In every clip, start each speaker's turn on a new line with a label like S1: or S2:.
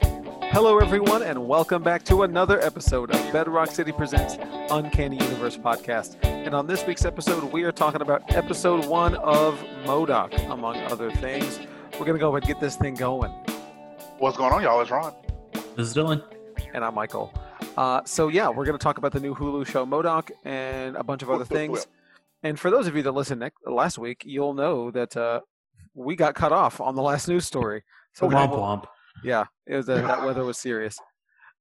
S1: Hello, everyone, and welcome back to another episode of Bedrock City Presents Uncanny Universe Podcast. And on this week's episode, we are talking about episode one of Modoc, among other things. We're going to go ahead and get this thing going.
S2: What's going on, y'all? It's Ron.
S3: This is Dylan.
S1: And I'm Michael. Uh, so, yeah, we're going to talk about the new Hulu show Modoc and a bunch of other things. And for those of you that listened next, last week, you'll know that uh, we got cut off on the last news story. So,
S3: Womp womp.
S1: yeah, it was that weather was serious.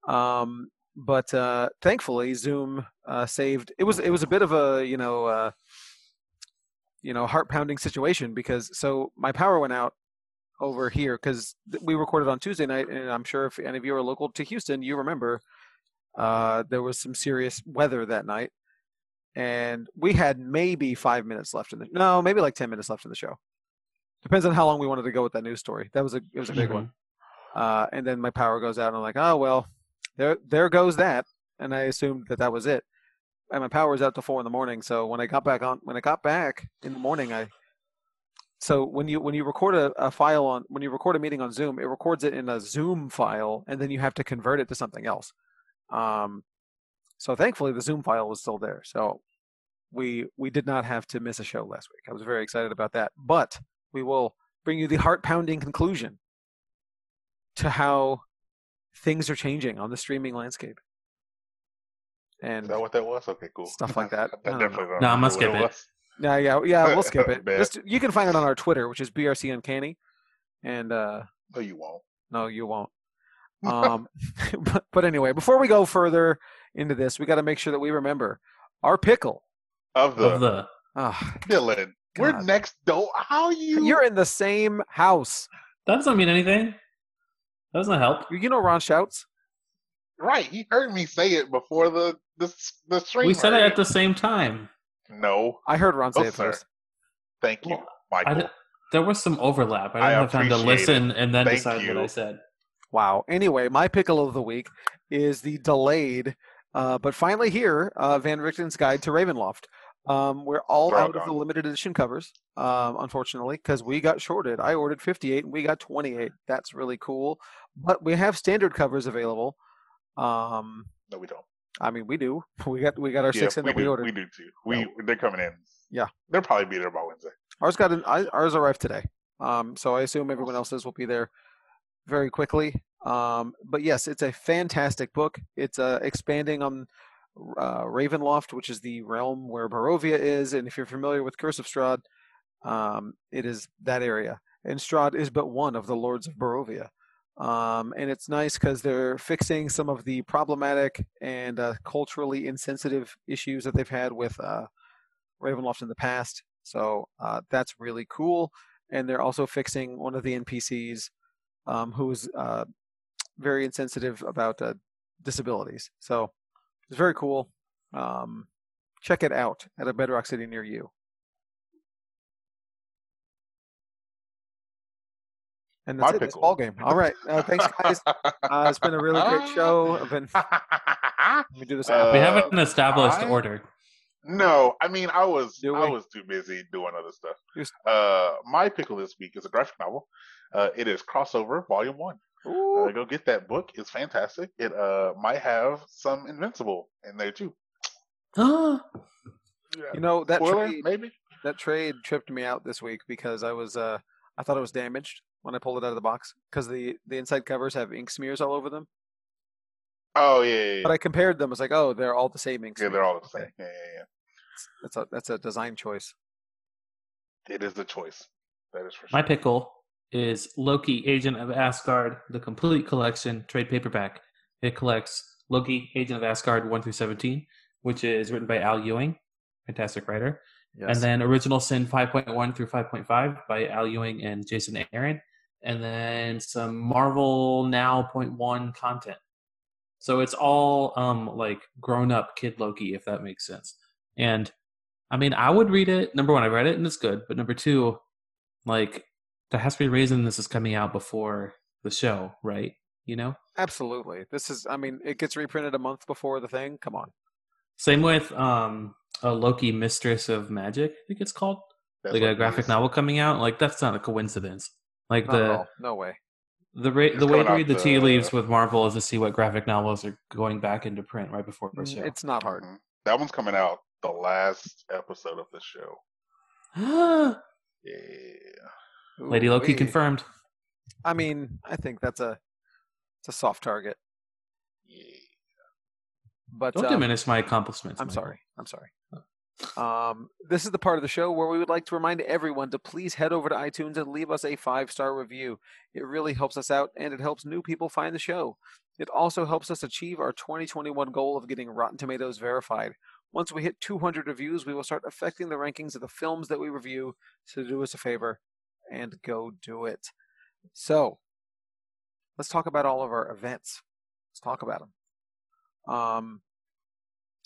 S1: Um, but uh, thankfully, Zoom uh, saved. It was it was a bit of a you know uh, you know heart pounding situation because so my power went out over here because we recorded on Tuesday night, and I'm sure if any of you are local to Houston, you remember uh, there was some serious weather that night, and we had maybe five minutes left in the no maybe like ten minutes left in the show. Depends on how long we wanted to go with that news story. That was a it was a big one uh, and then my power goes out, and I'm like, oh well, there there goes that, and I assumed that that was it. And my power was out till four in the morning. So when I got back on, when I got back in the morning, I so when you when you record a, a file on when you record a meeting on Zoom, it records it in a Zoom file, and then you have to convert it to something else. Um, so thankfully, the Zoom file was still there. So we we did not have to miss a show last week. I was very excited about that. But we will bring you the heart pounding conclusion to how things are changing on the streaming landscape
S2: Is
S1: and
S2: that what that was? Okay, cool.
S1: Stuff like that.
S2: I
S1: I don't
S2: definitely
S1: know.
S2: don't
S3: Nah, I'm
S2: know
S3: gonna skip
S2: what
S3: it.
S2: was.
S1: yeah yeah yeah we'll skip it
S2: Bad.
S1: Just- you can find it on our twitter which is brc uncanny and uh
S2: No, you won't.
S1: no you won't um but, but anyway before we go further into this we got to make sure that we remember our pickle
S2: Of the,
S3: Of the
S1: Ah,
S2: Dylan. We're
S1: God.
S2: next door. How you?
S1: you're in the same house
S3: that doesn't mean anything. That doesn't help.
S1: you, you know ron shouts
S2: right. He heard me say it before the the the stream.
S3: We said it
S2: heard
S3: at the same time.
S2: No,
S1: i heard ron say
S2: Oh,
S1: it
S2: sir.
S1: first
S2: thank you,
S3: Well, I
S2: Michael.
S3: di- there was some overlap. I
S2: I
S3: didn't have time to
S2: appreciate
S3: listen and then
S2: Thank
S3: decide what
S2: you.
S3: I said.
S1: Wow. Anyway, my pickle of the week is the delayed, uh, but finally here, uh, Van Richten's Guide to Ravenloft. Um, we're all
S2: They're all
S1: out of the
S2: gone.
S1: limited edition covers, um, unfortunately, because we got shorted. I ordered 58 and we got 28. That's really cool. But we have standard covers available. Um,
S2: No, we don't.
S1: I mean, we do. We got we got our
S2: Yeah,
S1: six in
S2: we
S1: that we
S2: do.
S1: ordered.
S2: We do too. We they're coming in.
S1: Yeah.
S2: they'll probably be there by Wednesday.
S1: Ours got an I- ours arrived today, um, so I assume everyone else's will be there very quickly. Um, but yes, it's a fantastic book. It's uh, expanding on uh, Ravenloft, which is the realm where Barovia is, and if you're familiar with Curse of Strahd, um, it is that area. And Strahd is but one of the lords of Barovia. Um, and it's nice because they're fixing some of the problematic and uh, culturally insensitive issues that they've had with uh, Ravenloft in the past. So uh, that's really cool. And they're also fixing one of the NPCs um, who is uh, very insensitive about uh, disabilities. So it's very cool. Um, check it out at a Bedrock City near you. And that's
S2: My
S1: it. It's
S2: pickle.
S1: ball game. All right. Uh, thanks, guys. Uh, it's been a really great show. I've been, let me do this.
S2: Uh,
S3: We have an established
S2: I-
S3: order.
S2: No, I mean I was
S1: Do
S2: I
S1: we?
S2: was too busy doing other stuff.
S1: Just-
S2: Uh, my pickle this week is a graphic novel. Uh, it is Crossover Volume One. Uh,
S1: Ooh,
S2: go get that book; it's fantastic. It uh might have some Invincible in there too.
S3: Ah,
S1: you know that
S2: Spoiler,
S1: trade,
S2: maybe.
S1: that trade tripped me out this week because I was uh I thought it was damaged when I pulled it out of the box because the the inside covers have ink smears all over them.
S2: Oh yeah, yeah, yeah.
S1: But I compared them. It's like oh, they're all the same ink.
S2: Yeah,
S1: Smears.
S2: they're all the same.
S1: Okay.
S2: Yeah, yeah,
S1: That's a that's a design choice.
S2: yeah. It is the choice. That is for sure.
S3: my pickle is Loki, Agent of Asgard, the complete collection, trade paperback. It collects Loki, Agent of Asgard 1 through 17, which is written by Al Ewing, fantastic writer.
S1: Yes.
S3: And then Original Sin 5.1 through 5.5 by Al Ewing and Jason Aaron. And then some Marvel Now 0.1 content. So it's all um, like grown up kid Loki, if that makes sense. And I mean, I would read it. Number one, I read it and it's good. But number two, like, there has to be a reason this is coming out before the show, right? You know?
S1: Absolutely. This is. I mean, it gets reprinted a month before the thing. Come on.
S3: Same with um, a Loki Mistress of Magic, I think it's called.
S2: That's
S3: like
S2: what
S3: a
S2: it
S3: graphic
S2: is.
S3: novel coming out like that's not a coincidence like
S1: Not at
S3: the
S1: all. No way.
S3: The ra-
S2: It's
S3: the way
S2: coming
S3: to
S2: out
S3: read the tea
S2: the-
S3: leaves with Marvel is to see what graphic novels are going back into print right before the show.
S1: It's not hard.
S2: Mhm. That one's coming out the last episode of the show. Yeah.
S3: Lady Loki
S1: Ooh-wee.
S3: confirmed.
S1: I mean, I think that's a it's a soft target,
S2: yeah.
S1: but
S3: Don't
S1: um,
S3: diminish my accomplishments.
S1: I'm
S3: Michael.
S1: sorry. I'm sorry. Um, this is the part of the show where we would like to remind everyone to please head over to iTunes and leave us a five star review. It really helps us out and it helps new people find the show. It also helps us achieve our 2021 goal of getting Rotten Tomatoes verified. Once we hit 200 reviews, we will start affecting the rankings of the films that we review. So do us a favor and go do it. So let's talk about all of our events. Let's talk about them. Um,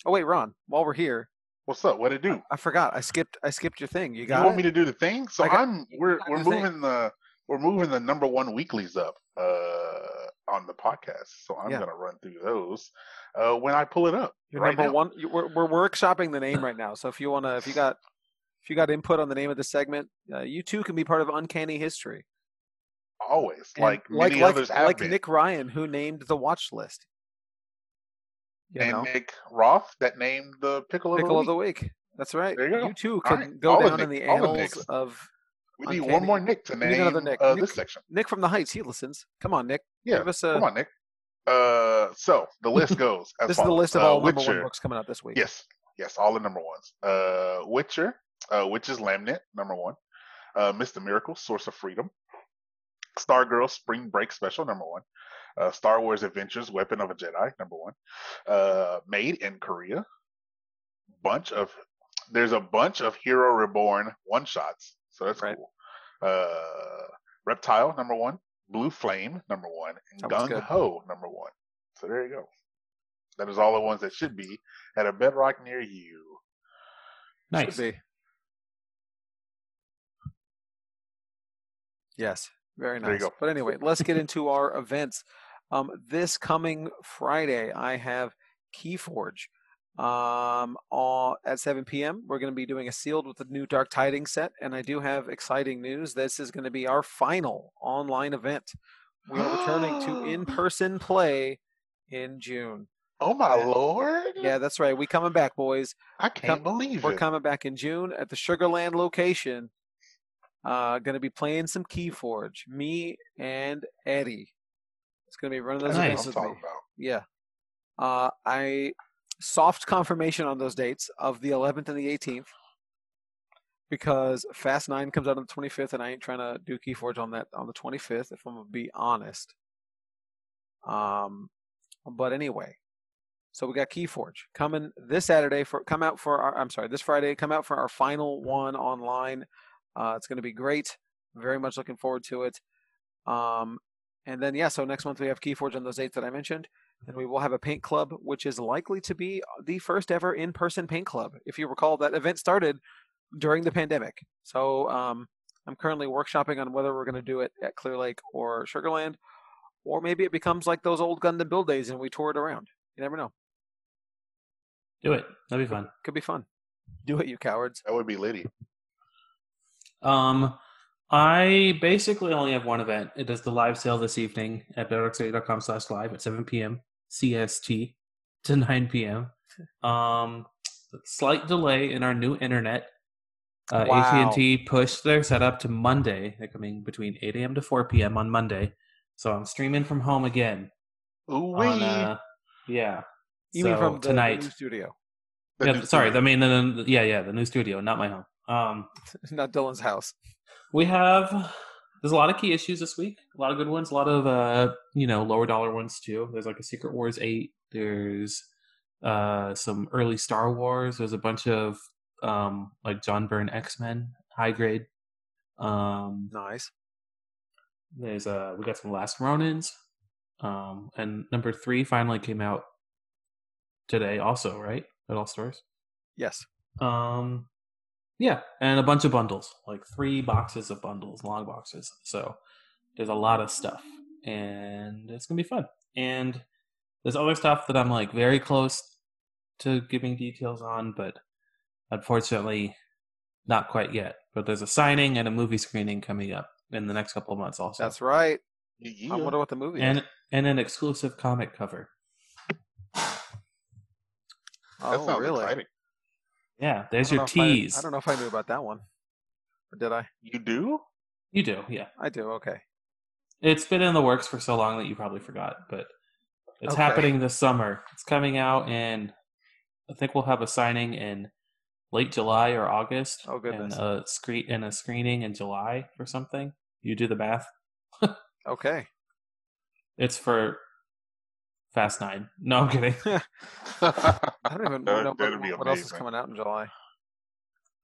S1: oh wait, Ron, while we're here,
S2: What's up? What it do?
S1: I forgot. I skipped. I skipped your thing. You
S2: You
S1: got
S2: want
S1: it?
S2: me to do the thing? So
S1: I got-
S2: I'm we're
S1: got
S2: we're
S1: the thing.
S2: moving the we're moving the number one weeklies up uh on the podcast. So I'm
S1: Yeah.
S2: gonna run through those uh when I pull it up.
S1: Your
S2: right
S1: number
S2: now.
S1: one. you- We're, we're workshopping the name right now. So if you wanna, if you got, if you got input on the name of the segment, uh, you too can be part of Uncanny History.
S2: Always.
S1: And
S2: like many others have
S1: like
S2: been.
S1: Nick Ryan, who named the watch list. You
S2: and
S1: know,
S2: Nick Roth that named the pickle,
S1: pickle
S2: of the week.
S1: week. That's right.
S2: There you go.
S1: too
S2: All
S1: can
S2: right.
S1: go
S2: All of
S1: down in
S2: Nick-
S1: the
S2: all of
S1: annals
S2: Nick's.
S1: of
S2: We need
S1: Uncanny.
S2: one more Nick to
S1: We need another
S2: name
S1: Nick.
S2: Uh,
S1: Nick-
S2: this section.
S1: Nick from the Heights. He listens. Come on, Nick.
S2: Yeah,
S1: Give us a.
S2: Come on, Nick. Uh, so the list goes as
S1: This is
S2: follows.
S1: the list of
S2: Uh,
S1: all number one
S2: Witcher.
S1: books coming out this week.
S2: Yes, yes, all the number ones. Uh, Witcher, uh, Witch's Laminate, number one. Uh, Mr. Miracle, Source of Freedom. Stargirl Spring Break Special, number one. Uh, Star Wars Adventures, Weapon of a Jedi, number one. Uh, Made in Korea. Bunch of there's a bunch of Hero Reborn one shots, so that's
S1: Right.
S2: cool. Uh, Reptile, number one. Blue Flame, number one, and
S1: That one's
S2: Gung
S1: good.
S2: Ho, number one. So there you go. That is all the ones that should be at a bedrock near you.
S1: Should
S3: Nice.
S1: be. Yes, very nice.
S2: There you go.
S1: But anyway, let's get into our events. Um, this coming Friday, I have Keyforge um, all, at 7 p.m. We're going to be doing a sealed with the new Dark Tidings set, and I do have exciting news. This is going to be our final online event. We are returning to in-person play in June.
S2: Oh my
S1: Yeah.
S2: lord!
S1: Yeah, that's right. We coming back, boys.
S2: I can't believe
S1: We're
S2: it.
S1: coming back in June at the Sugarland location. Uh, gonna be playing some Keyforge. Me and Eddie. It's gonna be running
S2: That's
S1: those
S2: what
S3: Nice.
S1: events
S2: I'm
S1: with
S2: talking
S1: me.
S2: about.
S1: Yeah. Uh, I soft confirmation on those dates of the 11th and the 18th because Fast Nine comes out on the 25th, and I ain't trying to do Keyforge on that on the 25th. If I'm gonna be honest. Um, but anyway, so we got Keyforge coming this Saturday for come out for our I'm sorry this Friday come out for our final one online. Uh, it's going to be great. Very much looking forward to it. Um, and then yeah, so next month we have Keyforge on those dates that I mentioned, and we will have a paint club, which is likely to be uh, the first ever in-person paint club. If you recall, that event started during the pandemic. So um, I'm currently workshopping on whether we're going to do it at Clear Lake or Sugarland, or maybe it becomes like those old Gundam build days and we tour it around. You never know
S3: Do it. That'd be fun.
S1: could be fun. Do it, you cowards.
S2: That would be Liddy.
S3: Um, I basically only have one event. It is the live sale this evening at bedrockstudio.com slash live at 7 p.m. CST to 9 p.m. Um, slight delay in our new internet. Uh,
S1: Wow.
S3: AT&T pushed their setup to Monday. They're coming between 8 a.m. to 4 p.m. on Monday. So I'm streaming from home again.
S2: Ooh
S3: on, uh, yeah.
S1: You
S3: so
S1: mean from the, the
S3: tonight?
S1: new studio,
S3: Yeah, sorry, I mean, the, the, yeah, yeah, the new studio, not my home. Um,
S1: not Dylan's house.
S3: We have there's a lot of key issues this week. A lot of good ones. A lot of uh, you know, lower dollar ones too. There's like a Secret Wars eight. There's uh some early Star Wars. There's a bunch of um like John Byrne X Men high grade. Um,
S1: Nice.
S3: there's uh we got some Last Ronins. Um, and number three finally came out today. Also, right at all stores.
S1: Yes.
S3: Um, yeah, and a bunch of bundles, like three boxes of bundles, long boxes. So there's a lot of stuff, and it's gonna be fun. And there's other stuff that I'm like very close to giving details on, but unfortunately, not quite yet. But there's a signing and a movie screening coming up in the next couple of months. Also,
S1: That's right.
S2: Yeah.
S1: I wonder what the movie is.
S3: and and an exclusive comic cover.
S2: that
S1: Oh,
S2: sounds
S1: really?
S2: exciting.
S3: Yeah,
S1: I
S3: there's
S1: don't know
S3: your
S1: if I-
S3: tease.
S1: I don't know if I knew about that one. Or did I?
S2: You do?
S3: You do, yeah.
S1: I do. Okay.
S3: It's been in the works for so long that you probably forgot, but it's
S1: Okay.
S3: happening this summer. It's coming out, and I think we'll have a signing in late July or August.
S1: Oh, goodness.
S3: And a screen and a screening in July or something. You do the math.
S1: Okay.
S3: It's for Fast Nine. No, I'm kidding.
S1: I don't even
S2: That-
S1: know
S2: that'd be
S1: what, what else is
S2: amazing.
S1: coming out in July.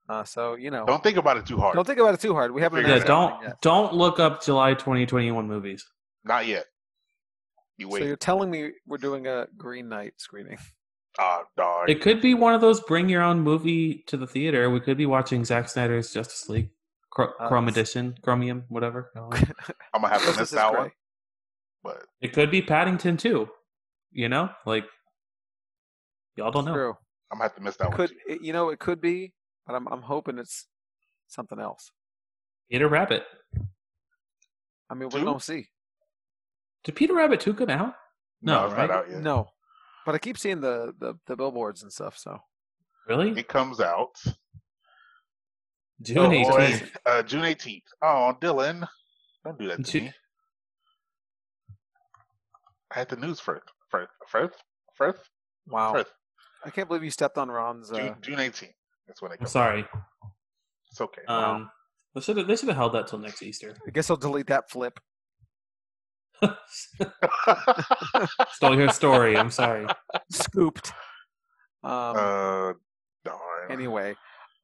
S1: Uh, so you know, don't,
S2: Don't think about it too hard.
S1: think about it too hard. We haven't.
S2: Figure
S3: Yeah,
S1: announced
S2: it
S3: don't
S1: anything yet.
S3: don't look up July 2021 movies.
S2: Not yet. You
S1: So
S2: wait.
S1: you're telling me we're doing a Green Knight screening?
S2: Ah, darn.
S3: It could be one of those bring your own movie to the theater. We could be watching Zack Snyder's Justice League, Chr-
S1: Uh,
S3: Chrome
S1: it's-
S3: Edition, Chromium, whatever.
S2: I'm gonna have to miss
S1: This is
S2: that
S1: great.
S2: one. But
S3: It could be Paddington too. You know, like y'all don't know.
S1: True.
S2: I'm gonna have to miss that
S1: It
S2: one.
S1: could
S2: Too.
S1: it, you know? It could be, but I'm I'm hoping it's something else.
S3: Peter Rabbit.
S1: I mean, we're
S2: Two?
S1: gonna see.
S3: Did Peter Rabbit two come out? No,
S2: it's
S3: right?
S2: not out yet.
S1: No, but I keep seeing the, the the billboards and stuff. So
S3: Really?
S2: It comes out
S3: June
S2: Oh, boy.
S3: eighteenth.
S2: uh, June 18th. Oh, Dylan, don't do that to
S3: Ju-
S2: me. I had the news first. First, first, first,
S1: wow, Uh,
S2: first.
S1: I can't believe you stepped on Ron's. Uh,
S2: June, June 18th. That's when it
S3: I'm
S2: comes.
S3: sorry.
S2: It's okay.
S3: Um, they should have they should have held that till next Easter.
S1: I guess I'll delete that flip.
S3: Stole your story. I'm sorry.
S1: Scooped. Um,
S2: uh, darn.
S1: anyway.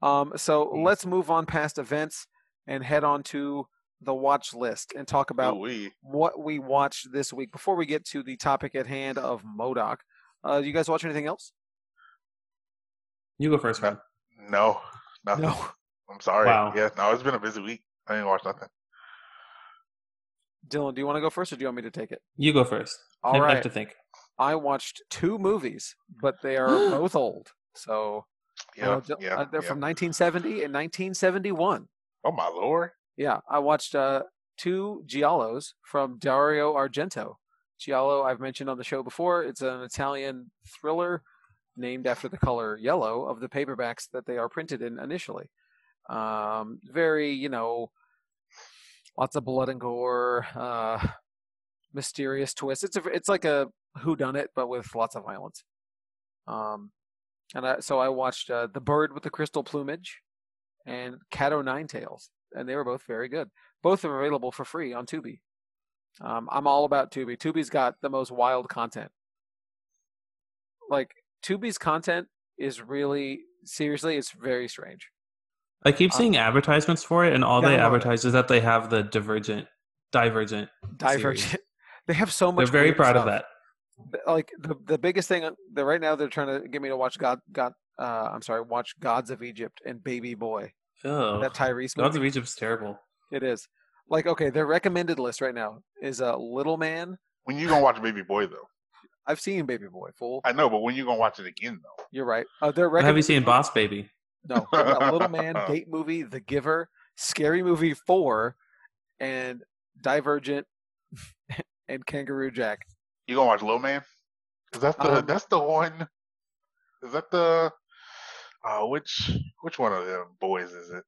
S1: Um, so let's move on past events and head on to the watch list and talk about
S2: Ooh-wee.
S1: what we watched this week. Before we get to the topic at hand of Modoc, uh, you guys watch anything else?
S3: You go first, man.
S2: No, nothing. I'm sorry.
S3: Wow.
S2: Yeah, no, it's been a busy week. I didn't watch nothing.
S1: Dylan, do you want to go first, or do you want me to take it?
S3: You go first.
S1: All
S3: I
S1: right.
S3: have to think.
S1: I watched two movies, but they are both old. So I
S2: Yeah,
S1: know Dil-
S2: yeah,
S1: uh, they're
S2: yeah.
S1: from 1970 and 1971.
S2: Oh my lord.
S1: Yeah, I watched uh, two Giallos from Dario Argento. Giallo, I've mentioned on the show before, it's an Italian thriller named after the color yellow of the paperbacks that they are printed in initially. Um, very, you know, lots of blood and gore, uh, mysterious twists. It's a, it's like a whodunit, but with lots of violence. Um, and I, so I watched uh, The Bird with the Crystal Plumage and Cat O' Nine Tails and they were both very good. Both are available for free on Tubi. Um, I'm all about Tubi. Tubi's got the most wild content. Like Tubi's content is really seriously, it's very strange.
S3: I
S1: Uh,
S3: keep seeing advertisements for it, and all they
S1: Download it.
S3: advertise is that they have the Divergent, Divergent.
S1: Divergent. They have so much.
S3: They're very
S1: weird
S3: proud of
S1: stuff.
S3: that.
S1: Th- Like the the biggest thing that right now they're trying to get me to watch God God. Uh, I'm sorry, watch Gods of Egypt and Baby Boy.
S3: Oh,
S1: That Tyrese movie.
S3: Gods of Egypt's terrible.
S1: it is. Like okay, their recommended list right now is a uh, Little Man.
S2: When you gonna watch Baby Boy though?
S1: I've seen Baby Boy. Fool,
S2: I know, but when you gonna watch it again though?
S1: you're right. Uh, their
S3: Have you
S1: recommended
S3: seen Boss Baby?
S1: No, I've got Little Man, Date Movie, The Giver, Scary Movie Four, and Divergent, and Kangaroo Jack.
S2: You gonna watch Low Man? Is that the
S1: Um,
S2: that's the one? Is that the uh which which one of them boys is it?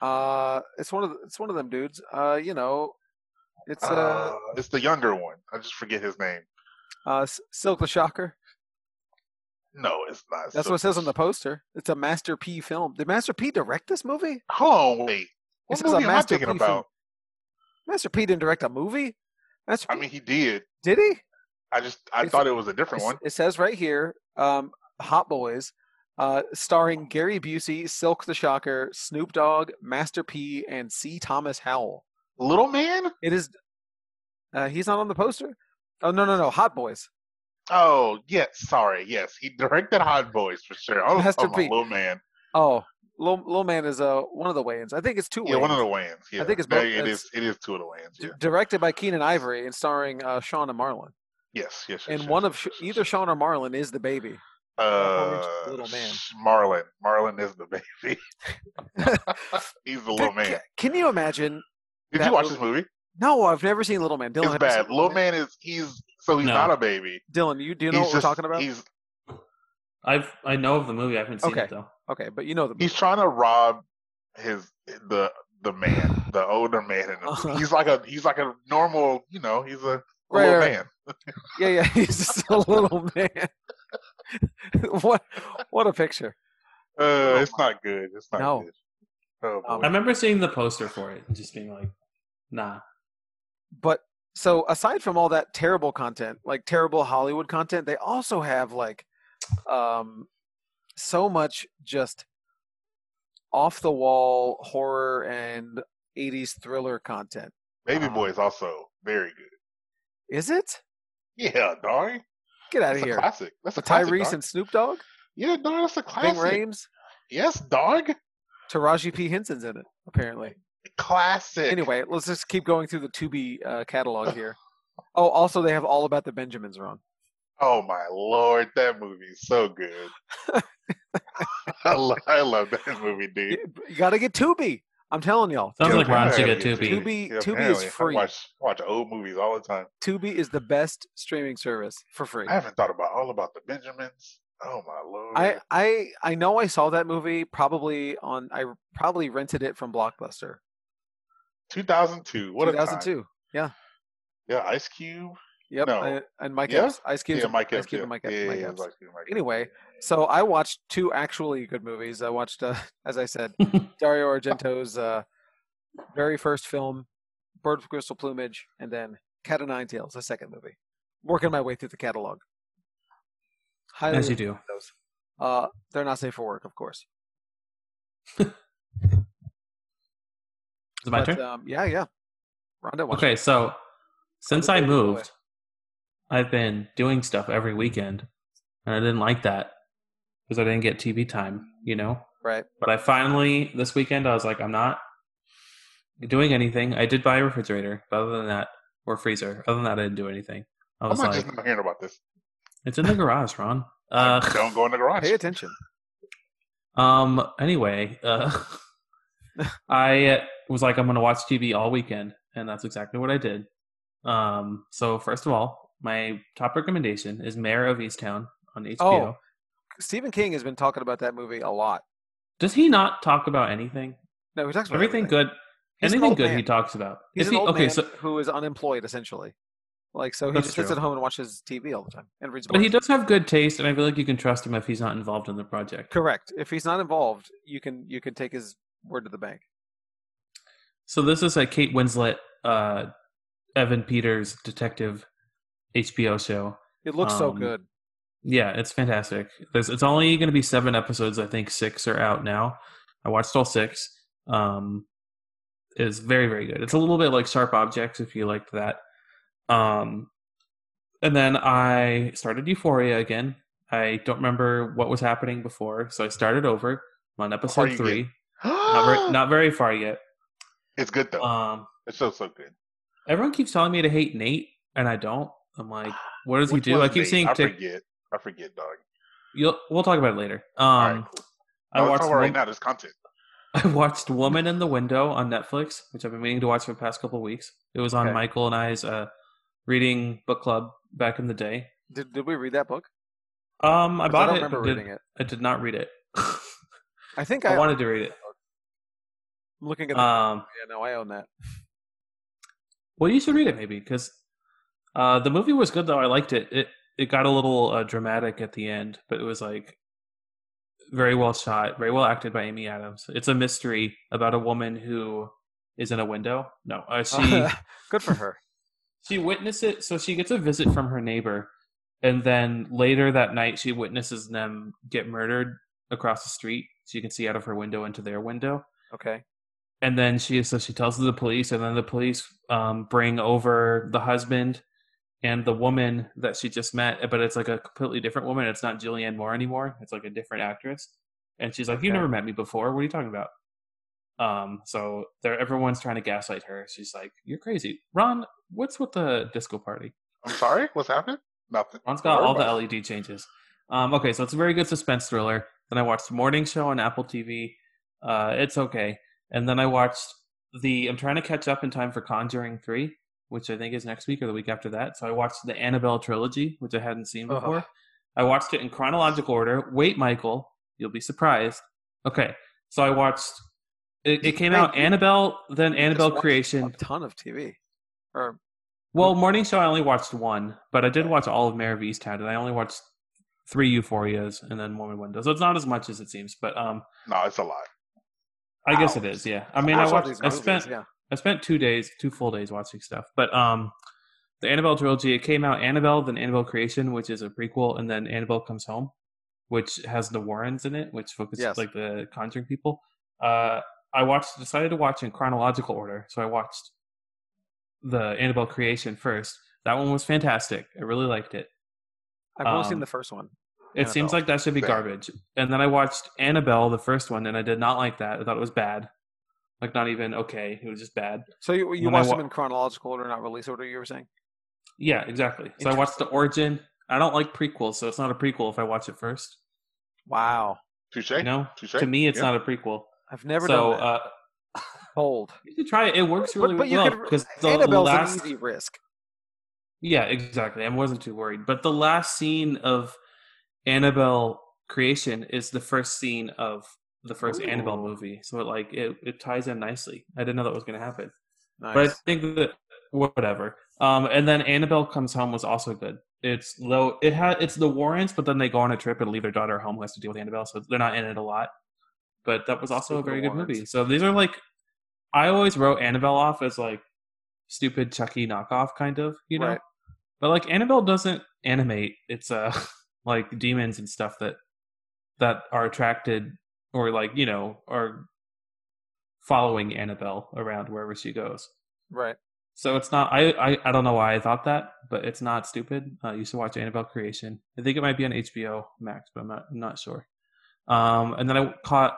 S1: Uh, it's one of the, it's one of them dudes. Uh, you know, it's uh,
S2: Uh, it's the younger one. I just forget his name.
S1: uh S- Silk the Shocker.
S2: No, it's not.
S1: That's
S2: So-
S1: what it says on the poster. It's a Master P film. Did Master P direct this movie?
S2: Hold on, wait. What
S1: This is a
S2: movie am I
S1: Master
S2: thinking
S1: P film.
S2: about?
S1: Master P didn't direct a movie. Master P,
S2: I mean, he did.
S1: did he?
S2: I just I
S1: It's-
S2: thought it was a different
S1: It s-
S2: one.
S1: It says right here, um, Hot Boys, uh, starring Gary Busey, Silk the Shocker, Snoop Dogg, Master P, and C. Thomas Howell.
S2: Little Man?
S1: It is. Uh, he's not on the poster. Oh no no no! Hot Boys.
S2: Oh, yes. Sorry, yes. He directed Hot Boys for sure. I was
S1: Master
S2: talking about
S1: P.
S2: Little Man.
S1: Oh, Lil, Lil Man is uh one of the Wayans. I think it's two.
S2: Yeah,
S1: Wayans.
S2: one of the Wayans. Yeah,
S1: think it's
S2: No,
S1: both-
S2: It
S1: it's-
S2: is. It is two of the Wayans.
S1: D-
S2: Yeah.
S1: Directed by Keenan Ivory and starring uh, Sean and Marlon.
S2: Yes. Yes. yes
S1: And
S2: yes,
S1: one of
S2: yes,
S1: Sh-
S2: yes, yes,
S1: either Sean or Marlon is the baby.
S2: Uh,
S1: aforementioned Little Man.
S2: sh- Marlon. Marlon is the baby. He's the little
S1: Ca-
S2: man.
S1: Can you imagine?
S2: Did
S1: that
S2: you watch
S1: movie-
S2: this movie?
S1: No, I've never seen Little Man. Dylan, have
S2: it's
S1: you
S2: bad.
S1: seen
S2: Little Man is he's so he's
S3: No.
S2: not a baby.
S1: Dylan, you do you know
S2: he's
S1: what
S2: just-
S1: we're talking about?
S2: He's
S3: I've I know of the movie. I haven't seen
S1: Okay.
S3: it though.
S1: Okay, but you know the
S2: he's trying to rob his the the man, the older man in the movie. He's like a he's like a normal, you know, he's a
S1: Uh-huh. Right,
S2: little
S1: right.
S2: man.
S1: Yeah, yeah, he's just a little man. what what a picture.
S2: Uh, it's not good. It's not
S1: No.
S2: good. Oh,
S1: Um,
S2: boy.
S3: I remember seeing the poster for it and just being like, nah.
S1: But so aside from all that terrible content, like terrible Hollywood content, they also have like um so much just off the wall horror and 80s thriller content.
S2: Baby
S1: um,
S2: Boy is also very good.
S1: Is it?
S2: Yeah, darn.
S1: Get out
S2: That's
S1: of
S2: a
S1: here.
S2: classic. That's a
S1: With
S2: classic.
S1: Tyrese
S2: dog.
S1: and Snoop Dogg,
S2: Yeah, no, that's a
S1: Bing
S2: classic.
S1: Rames,
S2: Yes, dog.
S1: Taraji P. Henson's in it, apparently.
S2: Classic.
S1: Anyway, let's just keep going through the To Be uh, catalog here. Oh, also, they have All About the Benjamins wrong.
S2: Oh my lord, that movie is so good. I, lo- I love that movie, dude.
S1: You you gotta get Tubi. I'm telling y'all.
S3: Sounds like Ron should
S2: apparently it's
S3: get Tubi.
S2: good.
S1: Tubi-
S2: Yeah,
S1: Tubi is
S2: apparently. I
S1: free.
S2: watch, watch old movies all the time.
S1: Tubi is the best streaming service for free.
S2: I haven't thought about all about the Benjamins. Oh my lord.
S1: I I I know I saw that movie probably on I probably rented it from Blockbuster.
S2: 2002. What a time.
S1: 2002.
S2: Yeah, Ice Cube.
S1: Yep.
S2: No.
S1: I- and Mike
S2: Yeah?
S1: Epps. Ice Cube.
S2: yeah, Mike
S1: Ice
S2: Epps.
S1: Cube
S2: Yeah,
S1: and Mike
S2: yeah,
S1: Epps.
S2: yeah,
S1: Mike
S2: yeah,
S1: Epps.
S2: Ice Cube and Mike Epps.
S1: Anyway, so I watched two actually good movies. I watched, uh, as I said, Dario Argento's uh, very first film, Bird with Crystal Plumage, and then Cat of Nine Tails, the second movie. Working my way through the catalog. Highly
S3: As you do.
S1: those. Uh, they're not safe for work, of course.
S3: Is it my
S1: But,
S3: turn?
S1: Um, yeah, yeah. Rhonda wants
S3: Okay, so since
S1: Rhonda
S3: I
S1: did it all the way.
S3: moved, I've been doing stuff every weekend, and I didn't like that because I didn't get TV time, you know?
S1: Right.
S3: But I finally, this weekend, I was like, I'm not doing anything. I did buy a refrigerator, but other than that, or freezer. Other than that, I didn't do anything.
S1: Oh
S3: I
S2: I'm
S3: was
S2: not
S3: like,
S2: just not hearing about this.
S3: it's in the garage, Ron. Uh,
S2: Don't go in the garage.
S1: Pay attention.
S3: Um. Anyway, uh, I was like, I'm gonna watch TV all weekend, and that's exactly what I did. Um. So first of all, my top recommendation is Mayor of Easttown on HBO.
S1: Oh. Stephen King has been talking about that movie a lot.
S3: Does he not talk about anything?
S1: No, he talks about
S3: Everything
S1: everything.
S3: good.
S1: He's an
S3: anything
S1: old
S3: good
S1: man.
S3: he talks about.
S1: He's
S3: If
S1: an
S3: he-
S1: old
S3: okay,
S1: man
S3: so
S1: who is unemployed essentially. Like so, he
S3: That's
S1: just sits
S3: true.
S1: at home and watches TV all the time and reads books.
S3: but he does have good taste, and I feel like you can trust him if he's not involved in the project.
S1: Correct. If he's not involved, you can you can take his word to the bank.
S3: So this is a Kate Winslet, uh, Evan Peters detective HBO show.
S1: It looks so
S3: Um,
S1: good.
S3: Yeah, it's fantastic. There's, it's only going to be seven episodes. I think six are out now. I watched all six. Um, it's very, very good. It's a little bit like Sharp Objects if you liked that. Um, and then I started Euphoria again. I don't remember what was happening before, so I started over. I'm on
S2: far
S3: episode
S2: you Ah!
S3: three. Not very, not very far yet.
S2: it's good though.
S3: Um,
S2: it's so so good.
S3: everyone keeps telling me to hate Nate, and I don't. I'm like, what does he
S2: Which
S3: do?
S2: one's
S3: I keep
S2: Nate?
S3: seeing.
S2: I
S3: Tick-
S2: forget. I forget, dog.
S3: You'll, we'll talk about it later. Um,
S2: Alright,
S3: I
S2: No,
S3: watched
S2: it's over
S3: Wom-
S2: right now. There's content.
S3: I watched Woman in the Window on Netflix, which I've been meaning to watch for the past couple of weeks. It was on
S1: Okay.
S3: Michael and I's uh, reading book club back in the day.
S1: Did did we read that book?
S3: Um, I
S1: 'Cause
S3: bought
S1: don't
S3: it.
S1: remember
S3: but did-
S1: reading it.
S3: I did not read it.
S1: I think I,
S3: I wanted to read it.
S1: I'm looking at. The,
S3: Um,
S1: yeah, no, I own that.
S3: well, you should read it maybe because uh, the movie was good though. I liked it. It it got a little uh, dramatic at the end, but it was like very well shot, very well acted by Amy Adams. It's a mystery about a woman who is in a window. No, uh, she.
S1: good for her.
S3: She witnessed it, so she gets a visit from her neighbor, and then later that night she witnesses them get murdered across the street. She can see out of her window into their window,
S1: Okay.
S3: and then she so she tells the police, and then the police um, bring over the husband and the woman that she just met, but it's like a completely different woman. It's not Julianne Moore anymore. It's like a different actress, and she's like, "You've
S1: Okay.
S3: never met me before. What are you talking about?" Um, so they're everyone's trying to gaslight her. She's like, "You're crazy, Ron. What's with the disco party?"
S2: I'm sorry. What's happening? Nothing.
S3: Ron's got
S2: Don't
S3: all
S2: worry
S3: the
S2: about
S3: LED changes. Um, okay, so it's a very good suspense thriller. Then I watched Morning Show on Apple TV. Uh, it's okay. And then I watched the I'm trying to catch up in time for Conjuring Three, which I think is next week or the week after that. So I watched the Annabelle trilogy, which I hadn't seen
S1: Ugh.
S3: before. I watched it in chronological order. Wait, Michael, you'll be surprised. Okay, so I watched. It, it came out
S1: Thank you.
S3: Annabelle, then Annabelle
S1: watched a
S3: Creation.
S1: ton of TV. Or
S3: Well, Morning Show I only watched one, but I did watch all of Mayor of Easttown, and I only watched three Euphorias and then Woman Window. So it's not as much as it seems, but um,
S2: No, it's a lot.
S3: I guess it
S2: Ouch.
S3: is. Yeah, I mean, I
S1: watched all
S3: watched.
S1: these
S3: I spent.
S1: movies, yeah.
S3: I spent two days, two full days watching stuff. But um, the Annabelle trilogy, it came out Annabelle, then Annabelle Creation, which is a prequel, and then Annabelle Comes Home, which has the Warrens in it, which focuses
S1: Yes.
S3: like the Conjuring people. Uh, I watched, decided to watch in chronological order, so I watched the Annabelle Creation first. That one was fantastic. I really liked it.
S1: I've only seen
S3: Um,
S1: the first one.
S3: It seems
S1: Annabelle.
S3: like that should be
S2: Yeah.
S3: garbage. And then I watched Annabelle, the first one, and I did not like that. I thought it was bad. Like not even okay. It was just bad.
S1: So you, you
S3: when I
S1: watched
S3: wa-
S1: them in chronological order, not release order. You were saying?
S3: Yeah, exactly. So I watched the origin. I don't like prequels, so it's not a prequel if I watch it first.
S1: Wow,
S2: Touche.
S3: You know,
S2: touche.
S3: to me, it's
S2: Yeah.
S3: not a preool
S1: I've never
S3: so
S1: done that.
S3: uh,
S1: Bold.
S3: you should try it. It works really
S1: but, but you
S3: well
S1: could.
S3: because the
S1: Annabelle's
S3: last.
S1: an easy risk.
S3: Yeah, exactly. I wasn't too worried, but the last scene of Annabelle creation is the first scene of the first
S1: Ooh.
S3: Annabelle movie. So it like it, it ties in nicely. I didn't know that was going to happen.
S1: Nice.
S3: but I think that whatever. Um, and then Annabelle comes home was also good. It's low. It had it's the Warrens, but then they go on a trip and leave their daughter home who has to deal with Annabelle, so they're not in it a lot. But that was also a
S1: Stupid
S3: very good
S1: Warrens.
S3: movie. So these are like, I always wrote Annabelle off as like stupid Chucky knockoff kind of, you know.
S1: Right.
S3: But like Annabelle doesn't animate. It's uh like demons and stuff that that are attracted or like you know are following Annabelle around wherever she goes.
S1: right.
S3: So it's not. I, I I don't know why I thought that, but it's not stupid. Uh, you should watch Annabelle Creation. I think it might be on HBO Max, but I'm not I'm not sure. Um, and then I caught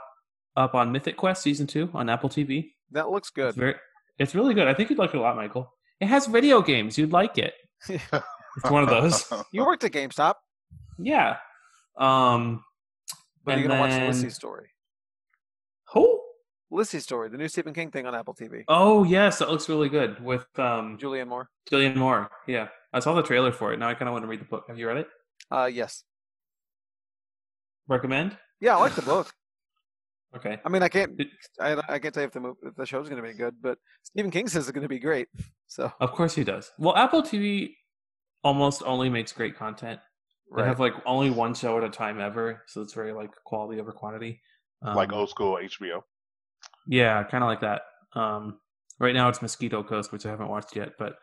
S3: up on Mythic Quest season two on Apple TV.
S1: That looks
S3: It's
S1: good.
S3: very, it's really good. I think you'd like it a lot, Michael. It has video games. You'd like it. It's one of those.
S1: You worked at GameStop,
S3: yeah. Um.
S1: but are you
S3: And
S1: gonna
S3: then-
S1: watch Lissy's story?
S3: Who?
S1: Lissy's story, the new Stephen King thing on Apple TV.
S3: Oh yes, that looks really good with um
S1: Julianne Moore.
S3: Julian Moore. Yeah, I saw the trailer for it. Now I kind of want to read the book. Have you read it?
S1: Uh, yes.
S3: Recommend?
S1: Yeah, I like the book.
S3: Okay.
S1: I mean, I can't.
S3: Did-
S1: I, I can't tell you if the mov if the show's going to be good, but Stephen King says it's going to be great. So
S3: Of course he does. Well, Apple TV almost only makes great content. They have like only one show at a time ever, so it's very like quality over quantity. Um,
S2: like oh. old school HBO.
S3: yeah, kind of like that. Um, right now it's Mosquito Coast, which I haven't watched yet, but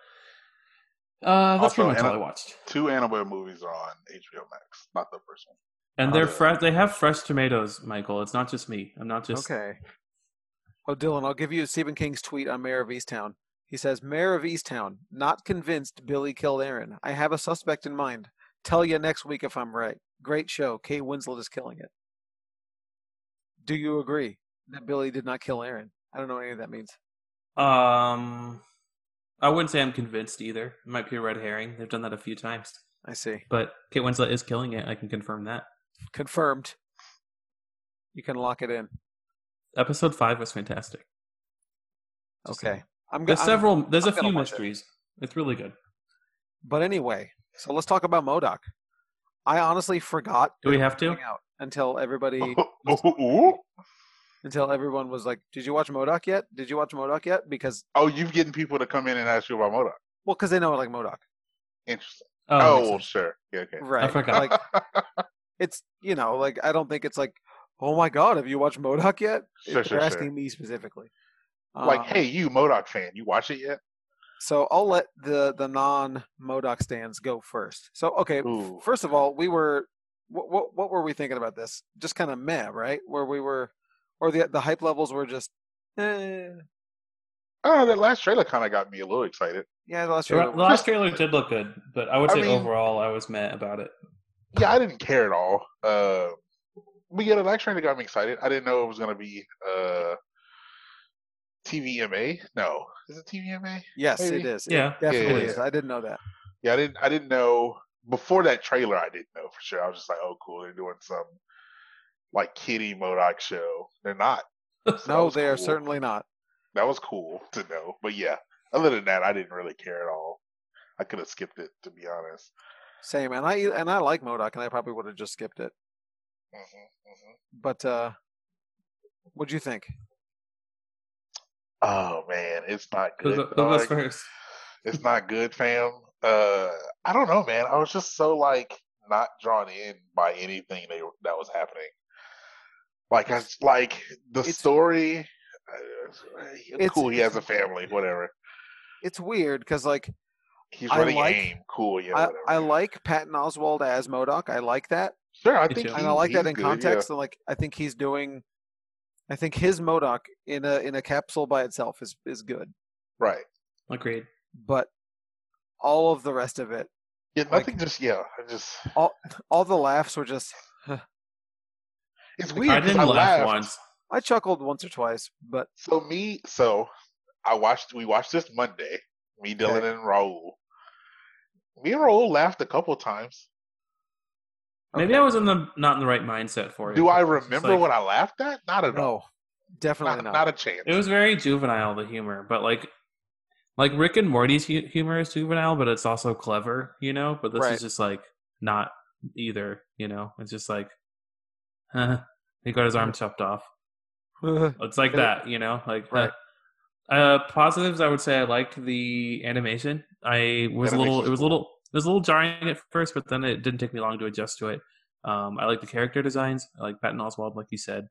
S3: uh, that's
S2: Also,
S3: pretty much
S2: and
S3: all
S2: I-
S3: I watched.
S2: Two Annabelle movies are on HBO Max, not the first one.
S3: And they're
S2: other-
S3: fresh. They have fresh tomatoes, Michael. It's not just me. I'm not just.
S1: okay. Oh, Dylan, I'll give you Stephen King's tweet on Mayor of Easttown. He says, "Mayor of Easttown, not convinced Billy killed Aaron. I have a suspect in mind. Tell you next week if I'm right. Great show. Kate Winslet is killing it. Do you agree that Billy did not kill Aaron? I don't know what any of that means.
S3: Um, I wouldn't say I'm convinced either. It might be a red herring. They've done that a few times,
S1: I see.
S3: but Kate Winslet is killing it. I can confirm that.
S1: Confirmed. You can lock it in.
S3: Episode five was fantastic. Just
S1: Okay. I'm go-
S3: There's
S1: I'm-
S3: several. There's
S1: I'm
S3: a
S1: gonna
S3: few
S1: watch it.
S3: mysteries. It's really good.
S1: But anyway, so let's talk about Modoc. I honestly forgot
S3: Do we have to?
S1: coming out until everybody
S2: Ooh.
S1: until everyone was like, "Did you watch Modoc yet? Did you watch Modoc yet?" Because
S2: Oh, you getting people to come in and ask you about Modoc.
S1: well, because they know I like Modoc,
S2: Interesting.
S3: Oh, that
S2: Oh,
S3: makes
S2: well,
S3: sense.
S2: sure. Yeah, okay.
S1: right?
S3: forgot.
S1: Like it's you know, like I don't think it's like, "Oh my God, have you watched Modoc yet?"
S2: Sure,
S1: If
S2: sure,
S1: They're
S2: sure.
S1: asking me specifically.
S2: like,
S1: Um,
S2: hey, you Modoc fan, you watch it yet?
S1: So I'll let the the non Modoc stands go first. So okay, f-
S2: Ooh.
S1: first of all, we were what what, what were we thinking about this? Just kind of meh, right? Where we were, or the the hype levels were just, eh.
S2: Oh, that last trailer kind of got me a little excited.
S1: yeah. The last
S3: The
S1: trailer.
S3: the
S1: was-
S3: last trailer did look good, but I would
S2: I
S3: say
S2: mean-
S3: overall I was meh about it.
S2: Yeah, I didn't care at all. Uh, but yeah, the last trailer got me excited. I didn't know it was gonna be uh, TVMA. No, is it TVMA?
S1: yes, it
S2: maybe.
S1: is. It
S3: Yeah.
S1: definitely
S2: Yeah, yeah,
S1: is.
S2: yeah.
S1: I didn't know that.
S2: Yeah, I didn't. I didn't know before that trailer. I didn't know for sure. I was just like, oh, cool, they're doing some like kiddie Modoc show. They're not. So that
S1: No,
S2: was
S1: they are
S2: cool.
S1: certainly not.
S2: That was cool to know. But yeah, other than that, I didn't really care at all. I could have skipped it to be honest.
S1: Same, and I and I like Modoc, and I probably would have just skipped it.
S2: Mm-hmm,
S1: But uh, what do you think?
S2: mm-hmm. Oh man, it's not
S3: Who
S2: good.
S3: go- who goes
S2: dog.
S3: first?
S2: it's not good, fam. Uh, I don't know, man. I was just so like not drawn in by anything that that was happening. Like, I s- like the
S1: It's-
S2: story. Uh,
S1: It's-
S2: cool, he
S1: it's-
S2: has a family. Whatever.
S1: It's weird because like
S2: He's
S1: I
S2: running
S1: like-
S2: aim. Cool, yeah.
S1: I,
S2: whatever.
S1: I like Patton Oswald as Modoc. I like that,
S2: Sure, I
S3: Me
S2: think
S3: too.
S2: he-
S1: and I like that
S2: he's
S1: in
S2: good, yeah.
S1: context. And like I think he's doing, I think his Modoc in a in a capsule by itself is is good,
S2: Right.
S3: Agreed.
S1: but all of the rest of it,
S2: Yeah,
S1: Like-
S2: nothing. just yeah. I just
S1: all the laughs were just.
S2: it's
S3: I
S2: weird. 'cause
S3: didn't
S2: I
S3: laugh
S2: laughed.
S3: once.
S1: I chuckled once or twice, but
S2: So me, so I watched. We watched this Monday. Me, Dylan,
S1: Okay.
S2: and Raul. Me and Raul laughed a couple times.
S3: Maybe
S1: okay.
S3: I was in the not in the right mindset for it.
S2: Do I
S3: It's
S2: remember
S3: like-
S2: what I laughed at? Not at all.
S1: no, definitely
S2: Not,
S1: not.
S2: not a chance.
S3: It was very juvenile the humor, but like like Rick and Morty's hu- humor is juvenile, but it's also clever, you know. But this
S1: Right.
S3: is just like not either, you know. It's just like, huh, he got his arm chopped off. It's like that, you know, like uh,
S1: Right.
S3: uh, positives. I would say I liked the animation. I was a little.
S2: Animation's
S3: It was a little. It was a little jarring at first, but then it didn't take me long to adjust to it. Um, I like the character designs. I like Patton Oswald, like you said,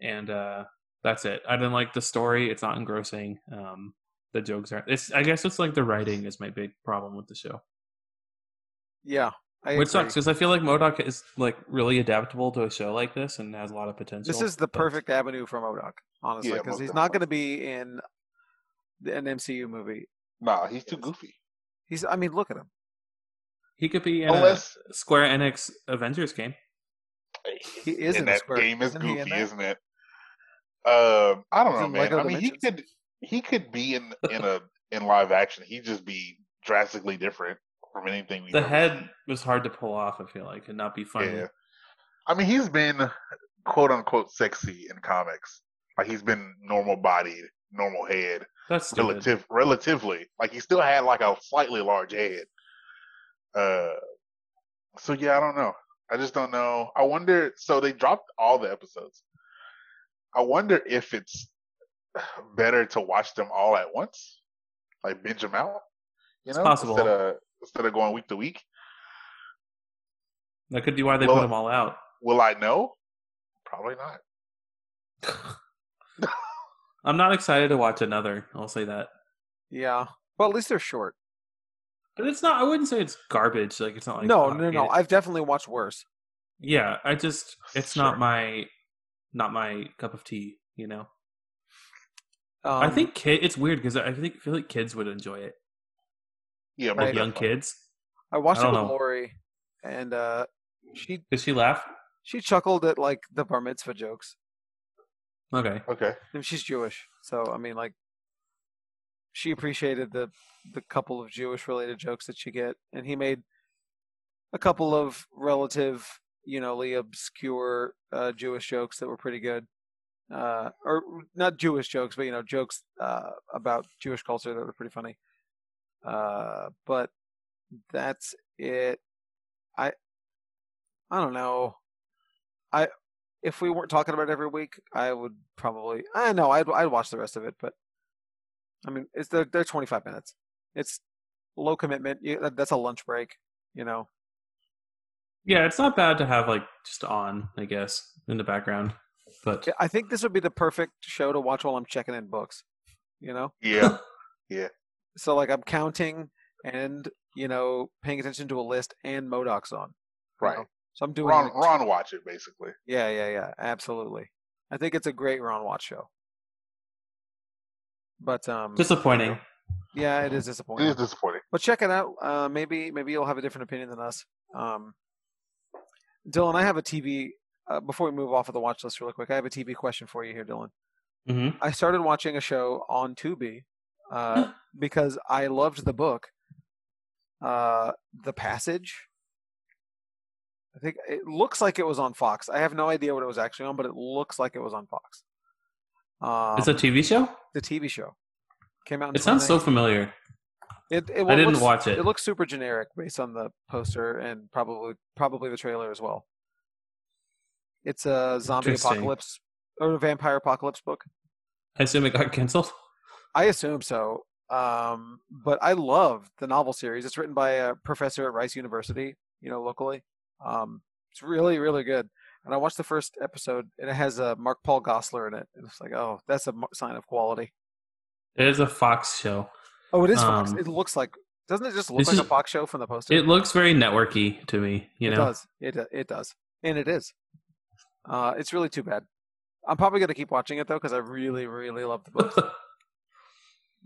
S3: and uh, that's it. I didn't like the story. It's not engrossing. Um, the jokes are. It's. I guess it's like the writing is my big problem with the show,
S1: yeah, I
S3: which
S1: agree.
S3: sucks because I feel like Modoc is like really adaptable to a show like this and has a lot of potential.
S1: This is the
S3: but-
S1: perfect avenue for Modoc, honestly,
S2: Yeah,
S1: because
S2: most
S1: he's not going to be in the- an MCU movie.
S2: nah, he's too goofy.
S1: He's, I mean, look at him.
S3: He could
S1: Oh,
S3: be in
S2: Unless
S3: a Square Enix Avengers game.
S1: He is in
S2: and
S1: the
S2: that
S1: square.
S2: game is
S1: Isn't he in
S2: goofy,
S1: that?
S2: isn't it? Um, I don't
S1: He's
S2: know,
S1: in
S2: man.
S1: Lego
S2: I mean,
S1: Dimensions.
S2: he could he could be in in a in live action. He'd just be drastically different from anything we
S3: the head was hard to pull off. I feel like and not be funny.
S2: Yeah. I mean, he's been quote unquote sexy in comics. Like he's been normal bodied, normal head,
S3: That's stupid.
S2: relative relatively. Like he still had like a slightly large head. Uh, so yeah, I don't know. I just don't know. I wonder. So they dropped all the episodes. I wonder if it's better to watch them all at once, like binge them out. You
S3: It's
S2: know,
S3: possible.
S2: instead of instead of going week to week.
S3: That could be why they
S2: Well-
S3: put them all out.
S2: Will I know? Probably not.
S3: I'm not excited to watch another. I'll say that.
S1: Yeah. Well, at least they're short.
S3: But it's not. I wouldn't say it's garbage. Like it's not like
S1: no,
S3: oh,
S1: no,
S3: I
S1: no.
S3: hate it.
S1: I've definitely watched worse.
S3: yeah, I just it's
S2: Sure.
S3: not my not my cup of tea. You know.
S1: Um,
S3: I think kid. It's weird because I think feel like kids would enjoy it.
S2: Yeah,
S1: Right.
S3: Like
S2: most
S3: young
S2: definitely.
S3: kids.
S1: I watched
S3: I
S1: it
S3: don't
S1: with
S3: know.
S1: Lori, and uh, she
S3: Did she laugh?
S1: she chuckled at like the bar mitzvah jokes.
S3: Okay.
S2: Okay.
S1: And she's Jewish, so I mean, like, she appreciated the the couple of Jewish related jokes that you get, and he made a couple of relative, you know, obscure uh, Jewish jokes that were pretty good, uh, or not Jewish jokes, but you know, jokes uh, about Jewish culture that were pretty funny. Uh, but that's it. I I don't know. I if we weren't talking about it every week, I would probably. I know I'd I'd watch the rest of it, but I mean, it's they're they're twenty five minutes. It's low commitment. You, that- that's a lunch break. You know,
S3: Yeah, it's not bad to have like just on. I guess in the background. But
S1: I think this would be the perfect show to watch while I'm checking in books. You know,
S2: Yeah.
S1: so like I'm counting and you know paying attention to a list and Modoc's on. you
S2: right.
S1: know? So I'm doing.
S2: Ron
S1: like-
S2: Ron watch it basically.
S1: Yeah, yeah, yeah. Absolutely. I think it's a great Ron Watch show. But um,
S3: disappointing.
S1: yeah, it is
S2: It
S1: disappointing.
S2: is disappointing.
S1: But check it out. Uh, maybe maybe you'll have a different opinion than us. Um, Dylan, I have a TV. Uh, before we move off of the watch list, really quick, I have a TV question for you here, Dylan.
S3: hmm
S1: I started watching a show on Tubi uh, because I loved the book, uh, The Passage. I think it looks like it was on Fox. I have no idea what it was actually on, but it looks like it was on Fox. Um,
S3: it's a TV show.
S1: the TV show. Came out. In
S3: It sounds so
S1: 2019.
S3: familiar.
S1: It, it,
S3: I didn't
S1: looks,
S3: watch it.
S1: It looks super generic based on the poster and probably probably the trailer as well. It's a zombie
S3: Interesting.
S1: apocalypse or a vampire apocalypse book.
S3: I assume it got canceled.
S1: I assume so. Um, but I love the novel series. It's written by a professor at Rice University, you know, locally. Um, it's really, really good. And I watched the first episode, and it has uh, Mark Paul Gossler in it. And it's like, oh, that's a mo- sign of quality.
S3: It is a Fox show.
S1: Oh, it is Fox.
S3: Um,
S1: It looks like doesn't it just look
S3: this
S1: like a
S3: is-
S1: Fox show from the poster?
S3: It looks very networky to me.
S1: it
S3: You know,
S1: does. It do- it does, and it is. Uh, it's really too bad. I'm probably gonna keep watching it though because I really, really love the books.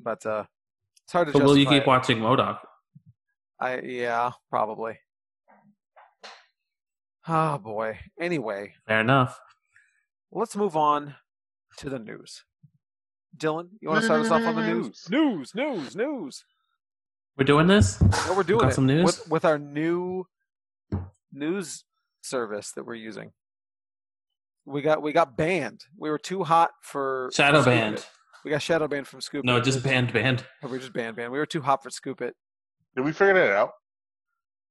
S1: but uh, it's hard to.
S3: but will you
S1: justify
S3: keep
S1: it.
S3: watching Modoc?
S1: I yeah, probably. Oh boy. Anyway,
S3: Fair enough.
S1: let's move on to the news. Dylan, you want to start us off on the news? News, news, news.
S3: We're doing this.
S1: No, we're doing
S3: got
S1: it
S3: some news?
S1: with with our new news service that we're using. We got we got banned. We were too hot for
S3: Shadow
S1: for Scoop
S3: band.
S1: It. We got shadow banned from Scoop.
S3: No,
S1: It.
S3: just band band.
S1: we were just banned, banned. We were too hot for Scoop it.
S2: Did we figure that out?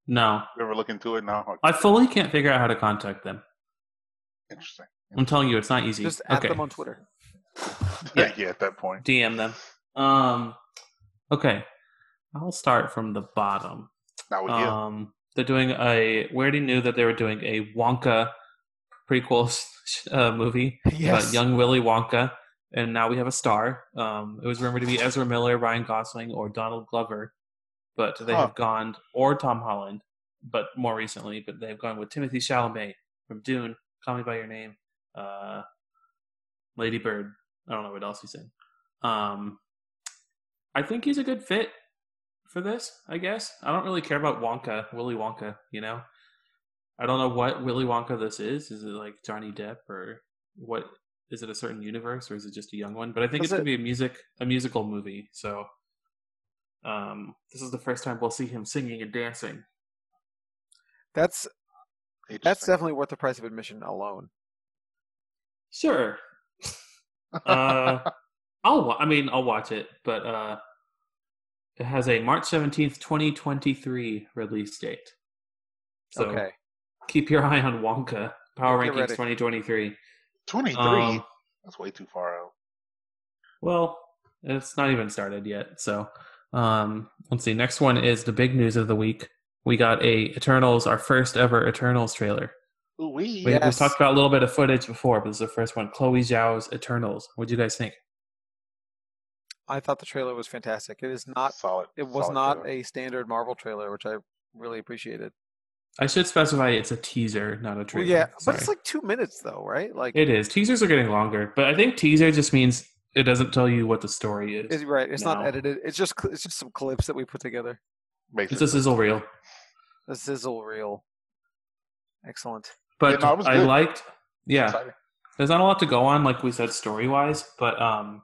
S3: No,
S2: We ever look into it? No. Okay.
S3: I fully can't figure out how to contact them.
S2: Interesting.
S3: I'm telling you, it's not easy.
S1: Just at
S3: okay.
S1: them on Twitter.
S2: Yeah.
S3: Yeah.
S2: at that point.
S3: DM them. Um, okay, I'll start from the bottom.
S2: Now
S1: Oh,
S2: we do.
S3: Um, they're doing a. We already knew that they were doing a Wonka prequel uh, movie
S1: Yes.
S3: about young Willy Wonka, and now we have a star. Um, it was rumored to be Ezra Miller, Ryan Gosling, or Donald Glover, but they
S2: Huh.
S3: have gone or Tom Holland, but more recently, but they've gone with Timothy Chalamet from Dune, Call Me by Your Name, uh, Lady Bird. I don't know what else he's in. Um, I think he's a good fit for this. I guess I don't really care about Wonka, Willy Wonka. You know, I don't know what Willy Wonka this is. Is it like Johnny Depp or what? Is it a certain universe or is it just a young one? But I think
S1: Does
S3: it's gonna
S1: it-
S3: be a music, a musical movie. So, um, this is the first time we'll see him singing and dancing.
S1: That's that's
S2: Interesting.
S1: definitely worth the price of admission alone.
S3: Sure. uh, I'll. Wa- I mean, I'll watch it, but uh, it has a March seventeenth, twenty twenty three release date. So
S1: okay.
S3: keep your eye on Wonka Power
S1: Get
S3: Rankings
S1: ready.
S3: twenty twenty three.
S2: 23.
S3: Um,
S2: That's way too far out.
S3: well, it's not even started yet. So um, let's see. Next one is the big news of the week. We got a Eternals, our first ever Eternals trailer.
S2: Ooh, we.
S3: We,
S1: Yes.
S3: We've talked about a little bit of footage before, but this is the first one. Chloe Zhao's Eternals. What do you guys think?
S1: I thought the trailer was fantastic. It is not.
S2: solid.
S1: It was
S2: solid
S1: not
S2: trailer.
S1: a standard Marvel trailer, which I really appreciated.
S3: I should specify it's a teaser, not a
S1: Well,
S3: trailer.
S1: yeah, but it's
S3: Sorry.
S1: like two minutes though, right? Like,
S3: it is. Teasers are getting longer, but I think teaser just means it doesn't tell you what the story is.
S1: it's right. It's not
S3: No.
S1: edited. It's just cl- it's just some clips that we put together.
S3: It's
S2: Basically.
S3: a sizzle reel.
S1: A sizzle reel. Excellent.
S3: But
S2: Yeah, no, it was
S3: I
S2: good.
S3: liked. Yeah,
S2: Exciting.
S3: there's not a lot to go on, like we said, story wise, but um,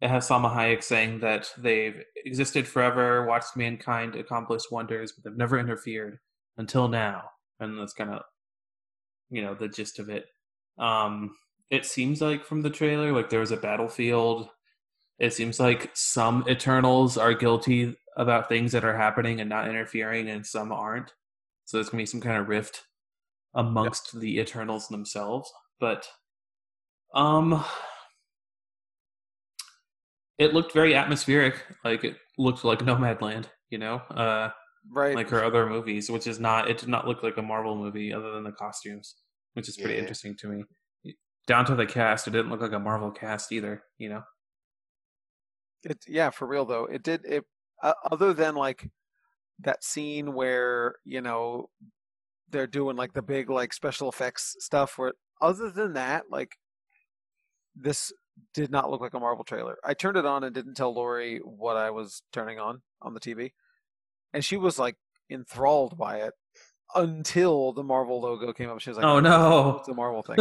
S3: it has Salma Hayek saying that they've existed forever, watched mankind accomplish wonders, but they've never interfered until now. And that's kind of, you know, the gist of it. Um, it seems like from the trailer, like there was a battlefield. It seems like some Eternals are guilty about things that are happening and not interfering, and some aren't. So there's gonna be some kind of rift amongst the Eternals themselves but um it looked very atmospheric like it looked like nomadland you know uh
S1: Right.
S3: like her other movies which is not it did not look like a marvel movie other than the costumes which is pretty
S2: Yeah.
S3: interesting to me down to the cast it didn't look like a marvel cast either you know
S1: It, yeah, for real though. It did. It uh, other than like that scene where you know they're doing like the big like special effects stuff. Where other than that, like this did not look like a Marvel trailer. I turned it on and didn't tell Lori what I was turning on on the TV, and she was like enthralled by it until the Marvel logo came up. She was like,
S3: oh no
S1: it's a Marvel thing."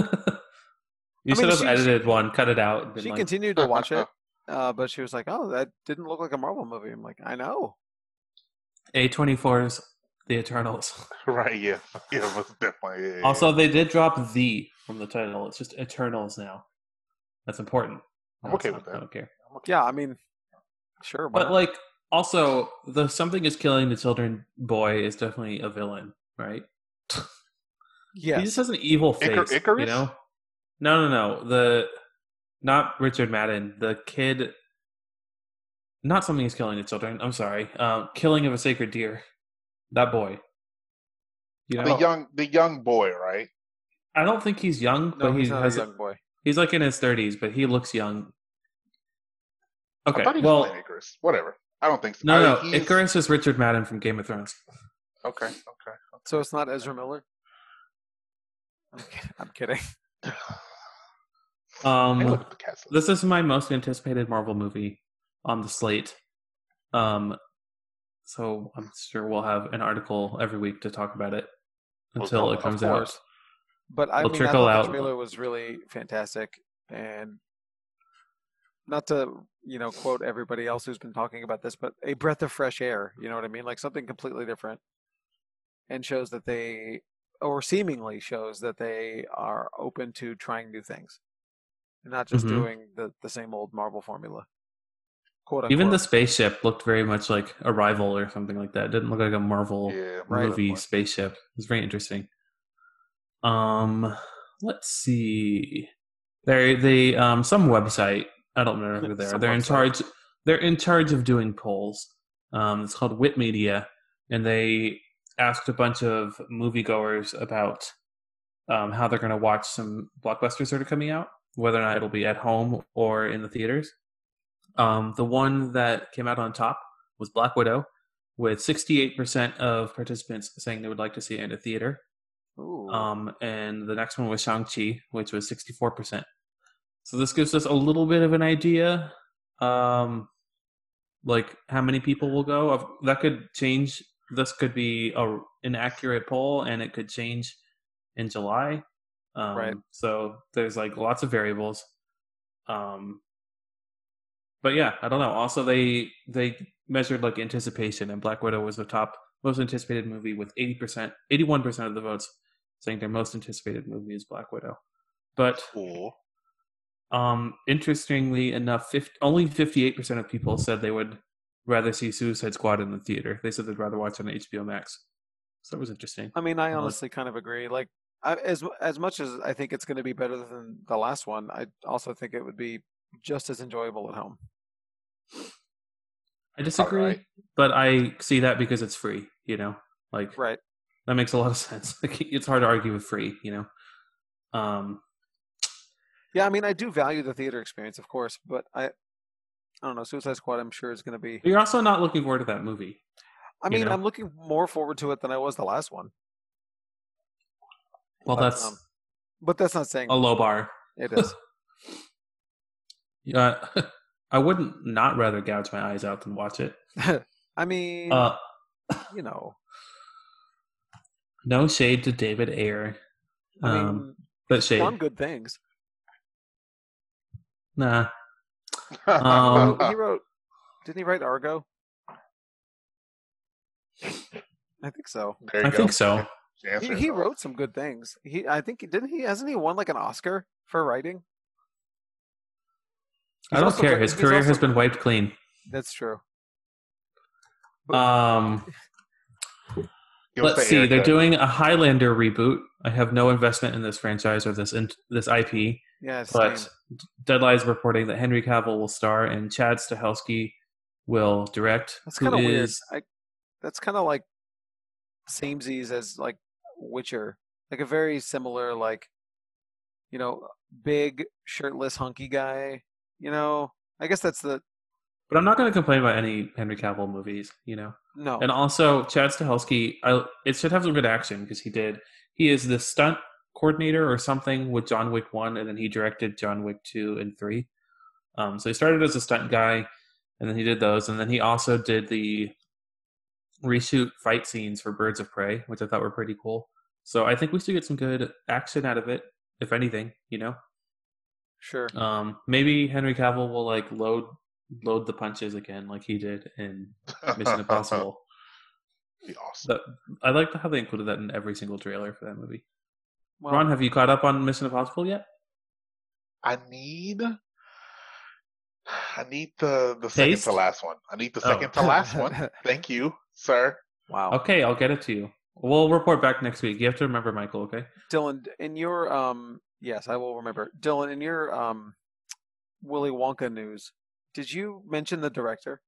S3: you
S1: I
S3: should
S1: mean,
S3: have
S1: she-
S3: edited one cut it out and been
S1: she
S3: like,
S1: continued to watch it, uh, but she was like, "Oh, that didn't look like a Marvel movie." I'm like, "I know."
S3: a24's the eternals
S2: Right, yeah. Yeah, most definitely. yeah, yeah,
S3: Also, they did drop the from the title. It's just Eternals now. That's important.
S2: I'm okay with
S3: I
S2: that.
S3: don't care.
S2: I'm okay.
S1: Yeah, I mean, sure. why
S3: But
S1: not?
S3: like, also, the something is killing the children. Boy is definitely a villain, right? He
S1: yes.
S3: just has an evil face.
S2: Icar- Icarus?
S3: You know? No, no, no. The not Richard Madden. The kid. Not something is killing the children. I'm sorry. Um, killing of a sacred deer. That boy. You know,
S2: The young, the young boy, right?
S3: I don't think he's young,
S1: No,
S3: but he
S1: he's not a
S3: has.
S1: young boy.
S3: He's like in his 30s, but he looks young. Okay.
S2: I thought he was
S3: well,
S2: playing Icarus. Whatever. I don't think so. I-
S3: no, no.
S2: he's-
S3: Icarus is Richard Madden from Game of Thrones.
S2: Okay. Okay.
S1: So it's not Ezra Miller. I'm kid- I'm kidding.
S2: Hey,
S3: Um,
S2: look at the castle.
S3: this is my most anticipated Marvel movie on the slate. Um, so I'm sure we'll have an article every week to talk about it
S2: Well,
S3: until
S2: of
S3: it comes out.
S1: course. But I
S3: It'll
S1: mean, I
S3: trickle
S1: thought the
S3: out.
S1: trailer was really fantastic, and not to you know quote everybody else who's been talking about this, but a breath of fresh air. You know what I mean? Like something completely different, and shows that they, or seemingly shows that they are open to trying new things, and not just
S3: Mhm.
S1: doing the the same old Marvel formula. Quote unquote.
S3: Even the spaceship looked very much like Arrival or something like that. It didn't look like a Marvel
S2: yeah,
S1: Right.
S3: movie spaceship. It was very interesting. Um, let's see. They're they um some website. I don't remember who they are.
S1: Some
S3: They're in
S1: website.
S3: charge. They're in charge of doing polls. Um, it's called Wit Media, and they asked a bunch of moviegoers about um, how they're going to watch some blockbusters that are coming out, whether or not it'll be at home or in the theaters. Um, the one that came out on top was Black Widow, with 68% of participants saying they would like to see it in a theater.
S1: Ooh.
S3: Um, and the next one was Shang-Chi, which was 64%. So this gives us a little bit of an idea, um, like how many people will go. Of- That could change. This could be a, an accurate poll, and it could change in July. Um,
S1: Right.
S3: So there's like lots of variables. Um, but yeah, I don't know. Also, they they measured like anticipation, and Black Widow was the top most anticipated movie with eighty percent, eighty one percent of the votes saying their most anticipated movie is Black Widow. But
S2: cool.
S3: um, interestingly enough, 50, only 58% of people said they would rather see Suicide Squad in the theater. They said they'd rather watch it on HBO Max. So that was interesting.
S1: I mean, I
S3: Well-
S1: honestly kind of agree. Like, I, as as much as I think it's going to be better than the last one, I also think it would be just as enjoyable at home.
S3: I disagree,
S2: Alright.
S3: but I see that because it's free, you know? Like,
S1: Right.
S3: that makes a lot of sense. Like, it's hard to argue with free, you know? Um,
S1: Yeah, I mean, I do value the theater experience, of course, but I, I don't know. Suicide Squad, I'm sure is going to be.
S3: but you're also not looking forward to that movie.
S1: I
S3: You
S1: mean,
S3: know.
S1: I'm looking more forward to it than I was the last one.
S3: Well,
S1: But,
S3: that's
S1: um, But that's not saying
S3: a low bar.
S1: it is.
S3: Uh, I wouldn't not rather gouge my eyes out than watch it.
S1: I mean,
S3: Uh,
S1: you know,
S3: No shade to David Ayer.
S1: I mean,
S3: um, but shade.
S1: done good things.
S3: Nah.
S1: So
S3: Um,
S1: he wrote, didn't he write Argo? I think so.
S2: There you
S3: I
S2: go.
S3: think so.
S2: The answer
S1: he,
S2: is
S1: he
S2: all.
S1: wrote some good things. He, I think, he didn't he? Hasn't he won like an Oscar for writing?
S3: I
S1: He's
S3: don't
S1: also
S3: care.
S1: got-
S3: His
S1: he's
S3: career
S1: also
S3: has been
S1: got-
S3: wiped clean.
S1: That's true.
S3: Um,
S2: Give us
S3: let's
S2: the
S3: see. They're
S2: haircut.
S3: doing a Highlander reboot. I have no investment in this franchise or this in, this IP.
S1: Yeah, it's
S3: But
S1: same.
S3: Deadline is reporting that Henry Cavill will star and Chad Stahelski will direct.
S1: that's
S3: who
S1: kind of weird.
S3: is-
S1: I, that's kind of like samesies as like Witcher, like a very similar like, you know, big shirtless hunky guy. You know, I guess that's the
S3: But I'm not going to complain about any Henry Cavill movies. You know.
S1: no.
S3: And also, Chad Stahelski, I, it should have some good action because he did. He is the stunt coordinator or something with John Wick 1, and then he directed John Wick 2 and 3. Um, so he started as a stunt guy, and then he did those. And then he also did the reshoot fight scenes for Birds of Prey, which I thought were pretty cool. So I think we should get some good action out of it, if anything, you know?
S1: sure.
S3: Um, maybe Henry Cavill will, like, load load the punches again like he did in Mission Impossible.
S2: Be awesome.
S3: That I like how they included that in every single trailer for that movie.
S1: Well,
S3: Ron, have you caught up on Mission Impossible yet?
S2: I need I need the the second
S3: Taste?
S2: to last one. I need the
S3: Oh.
S2: second to last one. Thank you, sir.
S1: Wow.
S3: Okay, I'll get it to you. We'll report back next week. You have to remember, Michael. Okay.
S1: Dylan, in your um, yes, I will remember. Dylan, in your um, Willy Wonka news, did you mention the director?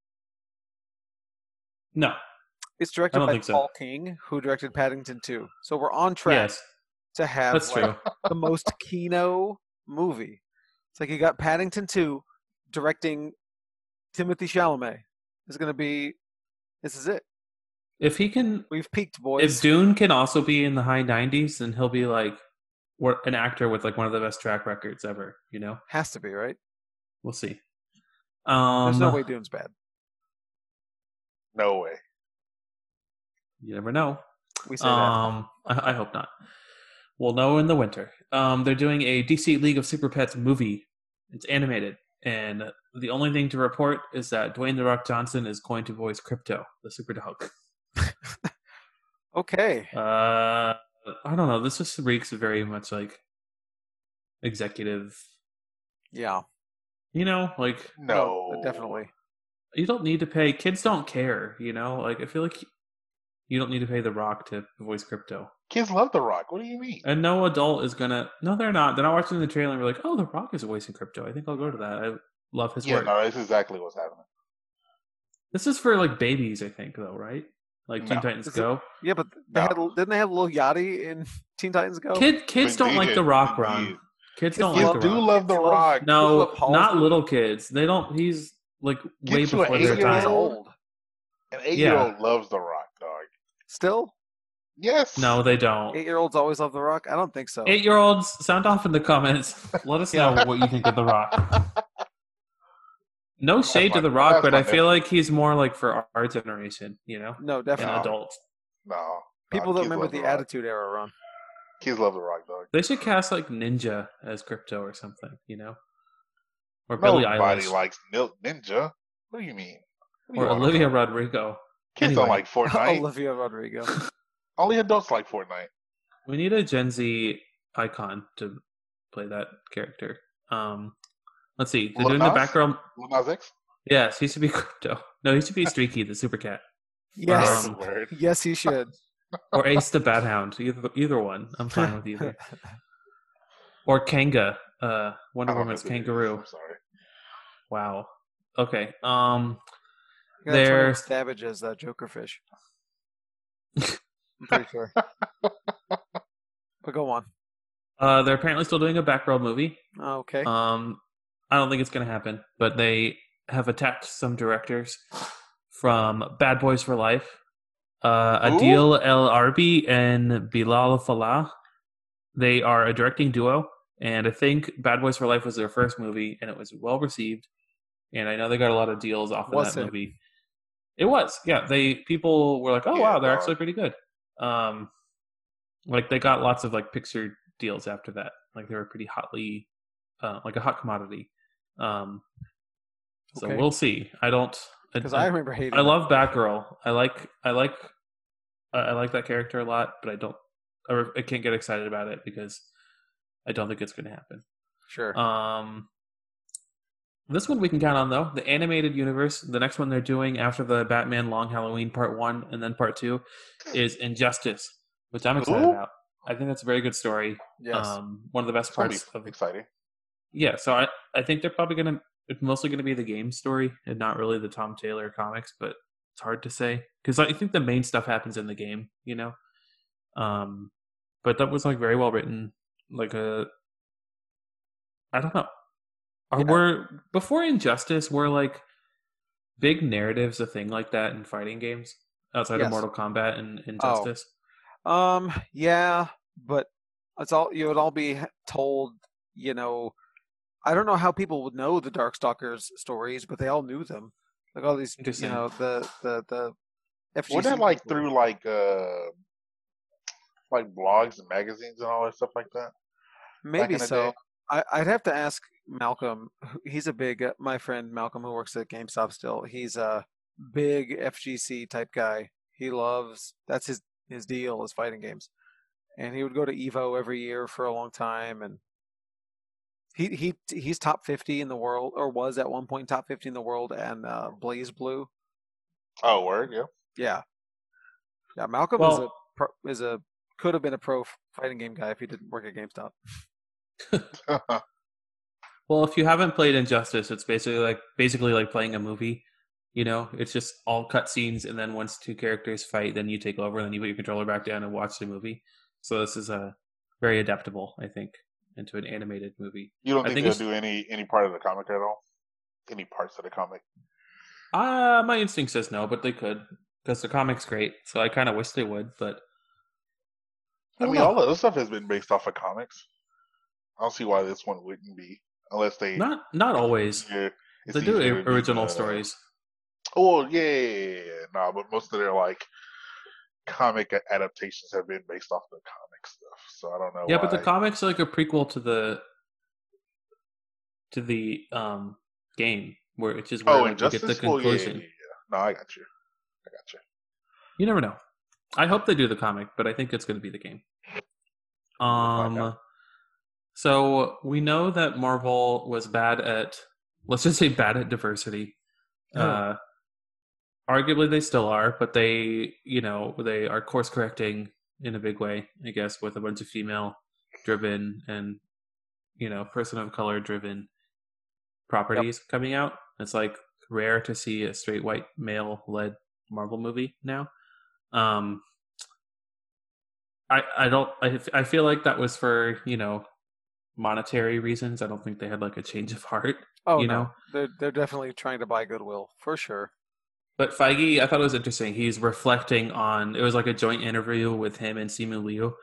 S3: No.
S1: It's
S3: I
S1: directed
S3: don't
S1: by
S3: think so.
S1: Paul King, who directed Paddington 2. So we're on track
S3: Yes,
S1: to have
S3: that's
S1: like,
S3: true.
S1: the most Kino movie. It's like you got Paddington 2 directing Timothy Chalamet. It's going to be this is it.
S3: If he can,
S1: We've peaked, boys.
S3: if Dune can also be in the high 90s, then he'll be like wor- an actor with like one of the best track records ever. You know,
S1: Has to be, right?
S3: we'll see. Um,
S1: There's no way Dune's bad.
S2: No way.
S3: You never know.
S1: We say that.
S3: Um, I, I hope not. We'll know in the winter. Um, they're doing a DC League of Super Pets movie. It's animated, and the only thing to report is that Dwayne the Rock Johnson is going to voice Crypto, the Super Dog.
S1: Okay.
S3: Uh, I don't know. This just reeks very much like executive.
S1: Yeah.
S3: You know, like
S2: No,
S1: definitely.
S3: you don't need to pay. Kids don't care. You know, like I feel like you don't need to pay The Rock to voice Crypto.
S2: Kids love The Rock. What do you mean?
S3: And no adult is gonna. No, they're not. They're not watching the trailer and be like, "Oh, The Rock is voicing crypto." I think I'll go to that. I love his
S2: yeah,
S3: work.
S2: no, that's exactly what's happening.
S3: This is for like babies, I think, though, right? Like Teen
S2: No.
S3: Titans
S1: Is it-
S3: Go.
S1: Yeah, but they
S2: No.
S1: had, didn't they have Lil Yachty in Teen Titans Go?
S3: Kid kids
S2: They
S3: don't like
S2: did.
S3: The Rock,
S2: They
S3: Ron.
S2: did.
S3: Kids
S1: Oh, Kids
S3: don't
S2: Kids
S3: like The
S2: do
S3: Rock.
S2: love The
S1: Kids love-
S2: Rock.
S1: Look
S3: no,
S1: at Paul's-
S3: not little kids. They don't. He's like
S2: Get
S3: way
S2: you an
S3: before their
S1: Eight years
S3: time.
S2: eight-year-old.
S1: old.
S2: An eight year old loves The Rock, dog.
S1: Still?
S2: Yes.
S3: No, they don't.
S1: Eight year olds always love The Rock? I don't think so.
S3: Eight year olds, sound off in the comments. Let us know what you think of The Rock. No shade to
S2: my-
S3: The Rock,
S2: that's
S3: but
S2: my
S3: I feel like he's more like for our generation, you know,
S1: No,
S3: and
S1: definitely.
S2: No.
S3: adults.
S2: No.
S1: People don't
S2: kids
S1: remember
S2: love
S1: the
S2: Rock.
S1: Attitude Era, Ron.
S2: Kids love The Rock, dog.
S3: They should cast like Ninja as Crypto or something, you know, or Billie
S2: Nobody
S3: Eilish
S2: likes Nil- Ninja. What do you mean? What do you
S3: or
S2: want?
S3: Olivia Rodrigo.
S2: Kids don't
S3: anyway.
S2: like Fortnite.
S1: Olivia Rodrigo.
S2: Um, Only adults like Fortnite.
S3: We need a Gen Z icon to play that character. Um, let's see. They're
S2: Lil
S3: doing the
S2: Nas?
S3: background.
S2: Lil Nas X?
S3: Yes, he should be Crypto. No, he should be Streaky the Super Cat
S1: Yes.
S3: Um,
S2: Word.
S1: yes, he should.
S3: or Ace the Bad Hound. Either either one. I'm fine with either. Or Kanga. Uh,
S2: I
S3: Wonder
S2: don't
S3: Woman's
S2: know who it is.
S3: kangaroo.
S2: I'm sorry.
S3: Wow. Okay. Um,
S1: You gotta turn
S3: They're-
S1: in Savage as uh, Joker Fish. I'm pretty sure. but go on.
S3: uh, they're apparently still doing a Batgirl movie.
S1: Okay.
S3: Um, I don't think it's going to happen, but they have attached some directors from Bad Boys for Life, uh,
S2: Who?
S3: Adil El Arbi and Bilal Falah. They are a directing duo, and I think Bad Boys for Life was their first movie, and it was well received. And I know they got a lot of deals off of
S1: Was
S3: that
S1: it?
S3: movie. It was, yeah. They people were like, "Oh
S2: Yeah,
S3: wow, they're
S2: dog.
S3: actually pretty good." Um, like they got lots of like picture deals after that. Like they were pretty hotly uh, like a hot commodity. Um, so
S1: Okay.
S3: we'll see. I don't. I,
S1: Because I
S3: I,
S1: remember hating.
S3: I
S1: it.
S3: love Batgirl. I like. I like. I I like that character a lot, but I don't. I, re- I can't get excited about it because I don't think it's going to happen.
S1: Sure.
S3: Um, this one we can count on though. The animated universe. The next one they're doing after the Batman Long Halloween Part One and then Part Two is Injustice, which I'm excited
S2: Ooh.
S3: about. I think that's a very good story.
S1: yes.
S3: Um, one of the best
S2: It's gonna be
S3: parts of
S2: exciting.
S3: yeah, so I, I think they're probably gonna it's mostly gonna be the game story and not really the Tom Taylor comics, but it's hard to say because I think the main stuff happens in the game, you know. Um, but that was like very well written, like a I don't know. Are
S1: Yeah.
S3: we're before Injustice? Were like big narratives a thing like that in fighting games outside
S1: Yes. Oh,
S3: of Mortal Kombat and Injustice?
S1: Um, yeah, but it's all you would all be h- told, you know, I don't know how people would know the Darkstalkers stories, but they all knew them. Like all these, you
S3: Interesting.
S1: know, the the the FGC.
S2: Wasn't it like
S1: people.
S2: through like uh like blogs and magazines and all that stuff like that?
S1: Maybe
S2: in the
S1: so.
S2: day?
S1: I, I'd have to ask Malcolm. who- He's a big uh, my friend Malcolm who works at GameStop still. He's a big FGC type guy. He loves that's his his deal is fighting games, and he would go to Evo every year for a long time. And He he he's top fifty in the world, or was at one point top fifty in the world, and uh, Blaze Blue.
S2: Oh, word, yeah.
S1: Yeah, yeah. Malcolm is a
S3: Well-
S1: pro, is a could have been a pro fighting game guy if he didn't work at GameStop.
S3: Well, if you haven't played Injustice, it's basically like basically like playing a movie. You know, it's just all cutscenes, and then once two characters fight, then you take over, and then you put your controller back down and watch the movie. So this is uh, very adaptable, I think, into an animated movie.
S2: you don't
S3: I
S2: think,
S3: think
S2: they'll
S3: it's-
S2: do any any part of the comic at all? Any parts of the comic?
S3: Uh my instinct says no, but they could because the comic's great. So I kind of wish they would, but
S2: I
S3: don't
S2: mean,
S3: know.
S2: all of this stuff has been based off of comics. I don't see why this one wouldn't be, unless they
S3: not not always.
S2: Yeah, it's
S3: They do
S2: easier to
S3: o- original
S2: uh,
S3: stories.
S2: Oh yeah, yeah, yeah, yeah. no, but most of their like comic adaptations have been based off the comic stuff. So I don't know.
S3: Yeah, but the
S2: why.
S3: comics are like a prequel to the to the um game where it's just where
S2: oh,
S3: like, you get
S2: Injustice.
S3: the
S2: Well, yeah, yeah,
S3: conclusion.
S2: yeah, yeah. No, I got you. I got you.
S3: You never know. I hope they do the comic, but I think it's going to be the game.
S2: find
S3: Um, so we know that Marvel was bad at, let's just say, bad at diversity. Uh, arguably, they still are, but they, you know, they are course correcting in a big way, I guess, with a bunch of female-driven and, you know, person of color-driven properties coming out. It's like rare to see a straight white male-led Marvel movie now. Um, I I don't I f- I feel like that was for you know monetary reasons. I don't think they had like a change of heart,
S1: Oh
S3: you
S1: no,
S3: know.
S1: they're they're definitely trying to buy goodwill for sure.
S3: But Feige, I thought it was interesting. He's reflecting on it was like a joint interview with him and Simu Liu,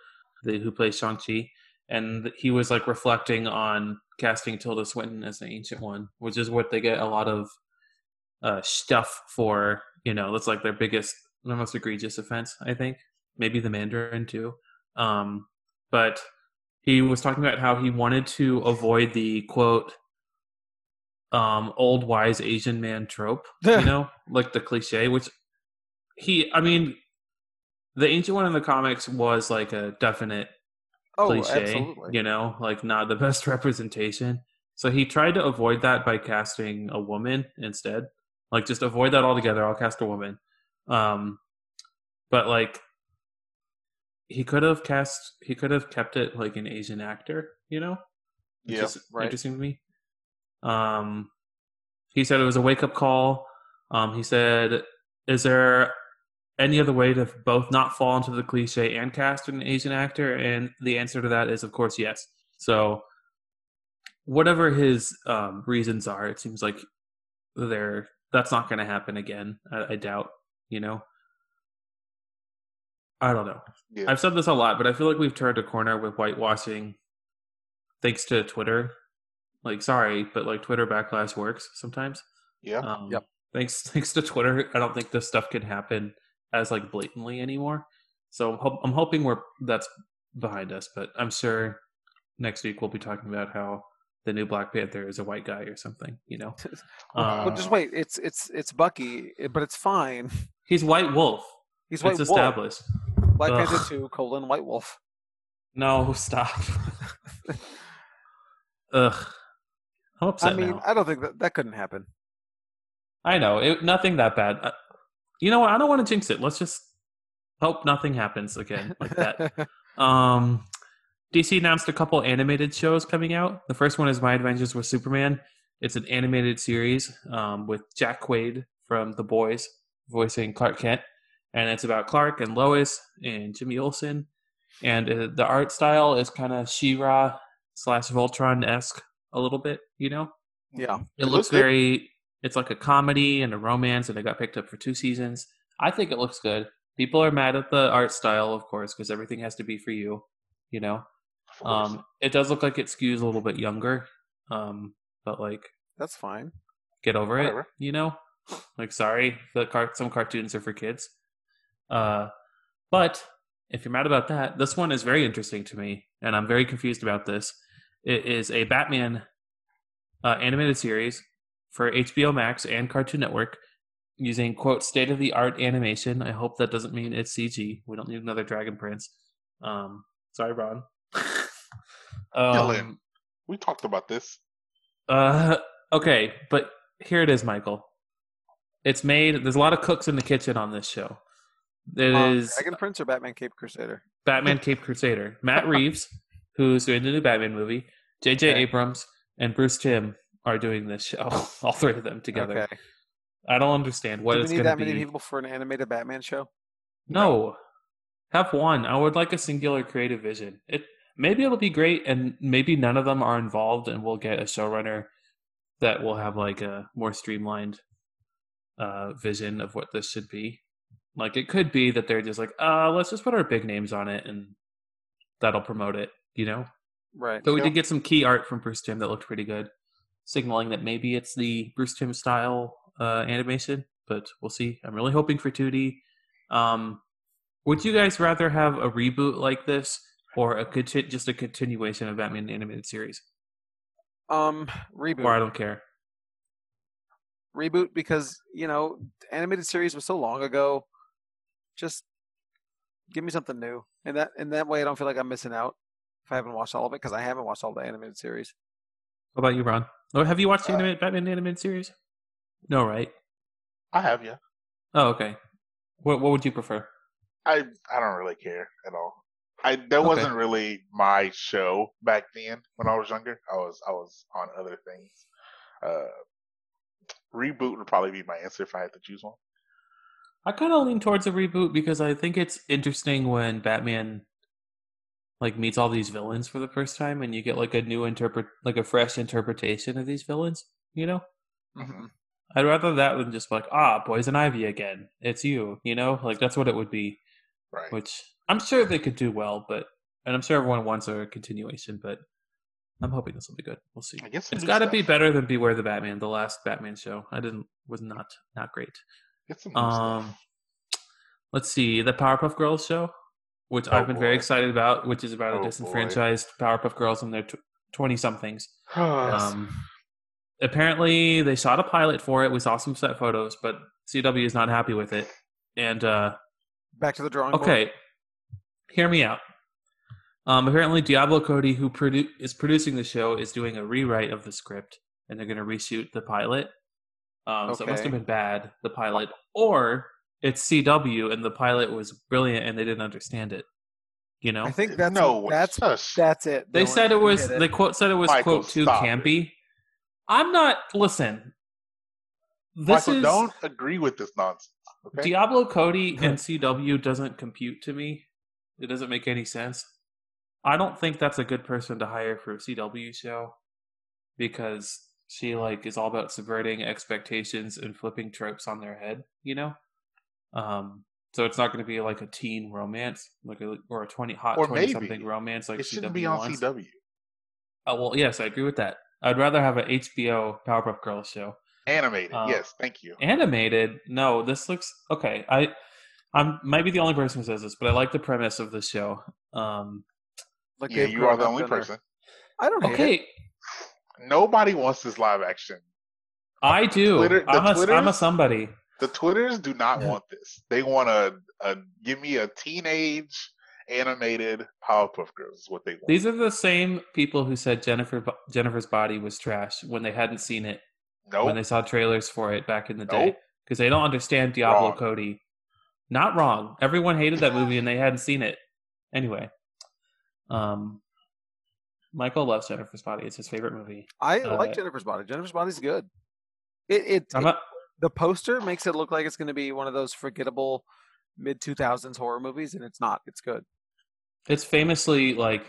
S3: the, who plays Shang Chi, and he was like reflecting on casting Tilda Swinton as the Ancient One, which is what they get a lot of uh, stuff for. You know, that's like their biggest, their most egregious offense, I think. Maybe the Mandarin too. Um, but he was talking about how he wanted to avoid the quote um, old wise Asian man trope you know, like the cliche, which he, I mean, the ancient one in the comics was like a definite
S1: oh,
S3: cliche,
S1: absolutely.
S3: you know, like not the best representation. So he tried to avoid that by casting a woman instead. Like just avoid that altogether. I'll cast a woman. Um, but like he could have cast, he could have kept it like an Asian actor, you know? It's
S2: Yeah,
S3: just
S1: right.
S3: interesting to me. Um, he said it was a wake up call. Um, he said, "Is there any other way to both not fall into the cliche and cast an Asian actor?" And the answer to that is, of course, yes. So, whatever his um, reasons are, it seems like they're that's not going to happen again. I, I doubt. You know, I don't know.
S2: Yeah.
S3: I've said this a lot, but I feel like we've turned a corner with whitewashing thanks to Twitter. Like, sorry, but like Twitter backlash works sometimes.
S2: yeah.
S3: Um,
S1: Yep.
S3: Thanks, thanks to Twitter, I don't think this stuff can happen as like blatantly anymore. So I'm hop- I'm hoping we're that's behind us, but I'm sure next week we'll be talking about how the new Black Panther is a white guy or something. You know,
S1: Well, just
S3: Uh,
S1: wait. It's it's it's Bucky, it- but it's fine.
S3: he's White Wolf.
S1: He's
S3: it's
S1: White Wolf.
S3: established.
S1: Black
S3: Ugh.
S1: Panther Two: colon, White Wolf.
S3: No, stop. Ugh, I'm upset
S1: I mean,
S3: now.
S1: I don't think that that couldn't happen.
S3: I know it, nothing that bad. Uh, you know what? I don't want to jinx it. Let's just hope nothing happens again like that. Um, DC announced a couple animated shows coming out. The first one is My Adventures with Superman. It's an animated series um, with Jack Quaid from The Boys voicing Clark Kent, and it's about Clark and Lois and Jimmy Olsen. And uh, the art style is kind of She-Ra slash Voltron esque a little bit, you know.
S1: yeah,
S2: It
S3: It, looks
S2: looks good.
S3: very. It's like a comedy and a romance, and it got picked up for two seasons. I think it looks good. People are mad at the art style, of course, because everything has to be for you, you know.
S2: Of course.
S3: Um, it does look like it skews a little bit younger, um, but like,
S1: that's fine.
S3: get over it,
S2: Whatever.
S3: you know. Like, sorry, the car- some cartoons are for kids. Uh, but if you're mad about that, this one is very interesting to me, and I'm very confused about this. It is a Batman uh, animated series for HBO Max and Cartoon Network using quote state of the art animation. I hope that doesn't mean it's CG. We don't need another Dragon Prince. Um, sorry, Ron.
S2: Dylan. We talked about this.
S3: Uh, okay, but here it is, Michael. It's made. There's a lot of cooks in the kitchen on this show. It
S1: Um,
S3: is uh,
S1: Dragon Prince or Batman Cape Crusader?
S3: Batman Cape Crusader, Matt Reeves, who's doing the new Batman movie, J.J.
S1: Okay.
S3: Abrams, and Bruce Tim are doing this show. All three of them together.
S1: Okay.
S3: I don't understand what
S1: Do we
S3: it's
S1: need
S3: going
S1: that
S3: to
S1: many
S3: be.
S1: people for an animated Batman show?
S3: No, have one. I would like a singular creative vision. It maybe it'll be great, and maybe none of them are involved, and we'll get a showrunner that will have like a more streamlined uh, vision of what this should be. Like it could be that they're just like, uh, let's just put our big names on it, and that'll promote it. You know.
S1: Right.
S3: But we
S2: Yeah.
S3: did get some key art from Bruce Tim that looked pretty good, signaling that maybe it's the Bruce Tim style uh, animation. But we'll see. I'm really hoping for 2D. Um, would you guys rather have a reboot like this or a conti- just a continuation of Batman the animated series?
S1: Um, reboot.
S3: Or I don't care.
S1: Reboot because you know animated series was so long ago. Just give me something new, and that and that way I don't feel like I'm missing out if I haven't watched all of it because I haven't watched all the animated series.
S3: What about you, Ron? Oh, have you watched the
S2: Uh,
S3: animated Batman the animated series? No, right?
S2: I have you.
S3: Oh, okay. What What would you prefer?
S2: I I don't really care at all. I that
S3: Okay.
S2: wasn't really my show back then when I was younger. I was I was on other things. Uh, reboot would probably be my answer if I had to choose one.
S3: I kind of lean towards a reboot because I think it's interesting when Batman like meets all these villains for the first time and you get like a new interpret like a fresh interpretation of these villains, you know?
S2: Mhm.
S3: I'd rather that than just like, ah, Poison Ivy again. It's you, you know? Like that's what it would be,
S2: Right.
S3: which I'm sure they could do well, but and I'm sure everyone wants a continuation, but I'm hoping this will be good. We'll see.
S2: I guess some
S3: It's
S2: new
S3: got to
S2: stuff.
S3: be better than Beware the Batman, the last Batman show. I didn't was not not great.
S2: Get some new
S3: Um,
S2: stuff.
S3: let's see the Powerpuff Girls show, which
S2: Oh,
S3: I've been very
S2: boy.
S3: excited about, which is about
S2: Oh,
S3: a
S2: boy.
S3: disenfranchised Powerpuff Girls and their twenty somethings.
S2: Um,
S3: Um, apparently, they shot a pilot for it. We saw some set photos, but CW is not happy with it. And uh,
S1: Back to the drawing board.
S3: okay, hear me out. Um, apparently, Diablo Cody, who produ- is producing the show, is doing a rewrite of the script, and they're going to reshoot the pilot. Um, So it must
S1: Okay.
S3: have been bad, the pilot, or it's CW and the pilot was brilliant and they didn't understand it. You know,
S1: I think that's
S2: no,
S1: that's
S2: hush.
S1: that's it.
S3: they
S1: Dylan.
S3: said it
S1: You
S3: was
S1: hit it.
S3: the quote said it was
S2: Michael,
S3: quote too
S2: stop it.
S3: campy. I'm not listen. This
S2: Michael,
S3: is
S2: don't agree with this nonsense. Okay.
S3: Diablo Cody and CW doesn't compute to me. It doesn't make any sense. I don't think that's a good person to hire for a CW show because she like is all about subverting expectations and flipping tropes on their head, you know? Um so it's not going to be like a teen romance, like a, or a twenty hot
S2: Or
S3: twenty
S2: maybe.
S3: something romance like
S2: it shouldn't
S3: CW
S2: be on
S3: wants.
S2: CW.
S3: Oh, well, yes, I agree with that. I'd rather have an HBO Powerpuff Girls show
S2: Animated.
S3: Uh,
S2: yes. Thank you.
S3: animated no this looks okay i i'm might be the only person who says this but i like the premise of the show um
S1: Like
S2: yeah,
S1: they've
S2: you are
S1: grown
S2: the
S1: up
S2: only
S1: and are-
S2: person.
S1: I don't hate it.
S3: okay
S2: Nobody wants this live action.
S3: i do
S2: Twitter- the
S3: I'm, a,
S2: Twitters-
S3: I'm a somebody
S2: The Twitters do not
S3: Yeah.
S2: want this. They want a, a give me a teenage animated Powerpuff Girls is what they want.
S3: these are the same people who said jennifer Bo- jennifer's body was trash when they hadn't seen it
S2: nope.
S3: when they saw trailers for it back in the day
S2: Nope.
S3: because they don't understand diablo
S2: Wrong.
S3: cody not wrong everyone hated that movie and they hadn't seen it anyway um michael loves jennifer's body it's his favorite movie
S1: I
S3: Uh,
S1: like Jennifer's body. Jennifer's body's good. It it,
S3: I'm
S1: it-
S3: not,
S1: the poster makes it look like it's going to be one of those forgettable mid two thousands horror movies, and it's not. It's good.
S3: It's famously like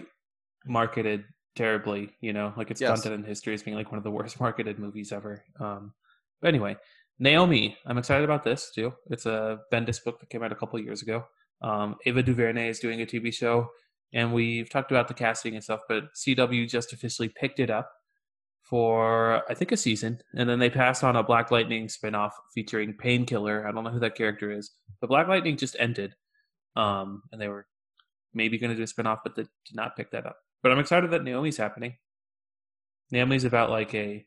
S3: marketed terribly, you know, like it's
S1: Yes.
S3: gone down in history as being like one of the worst marketed movies ever. Um, but anyway, Naomi, I'm excited about this too. It's a Bendis book that came out a couple years ago. Um, Ava DuVernay is doing a TV show, and we've talked about the casting and stuff, but CW just officially picked it up for I think a season, and then they passed on a Black Lightning spinoff featuring Painkiller. I don't know who that character is, but Black Lightning just ended, um, and they were maybe going to do a spinoff, but they did not pick that up. But I'm excited that Naomi's happening. Naomi's about like a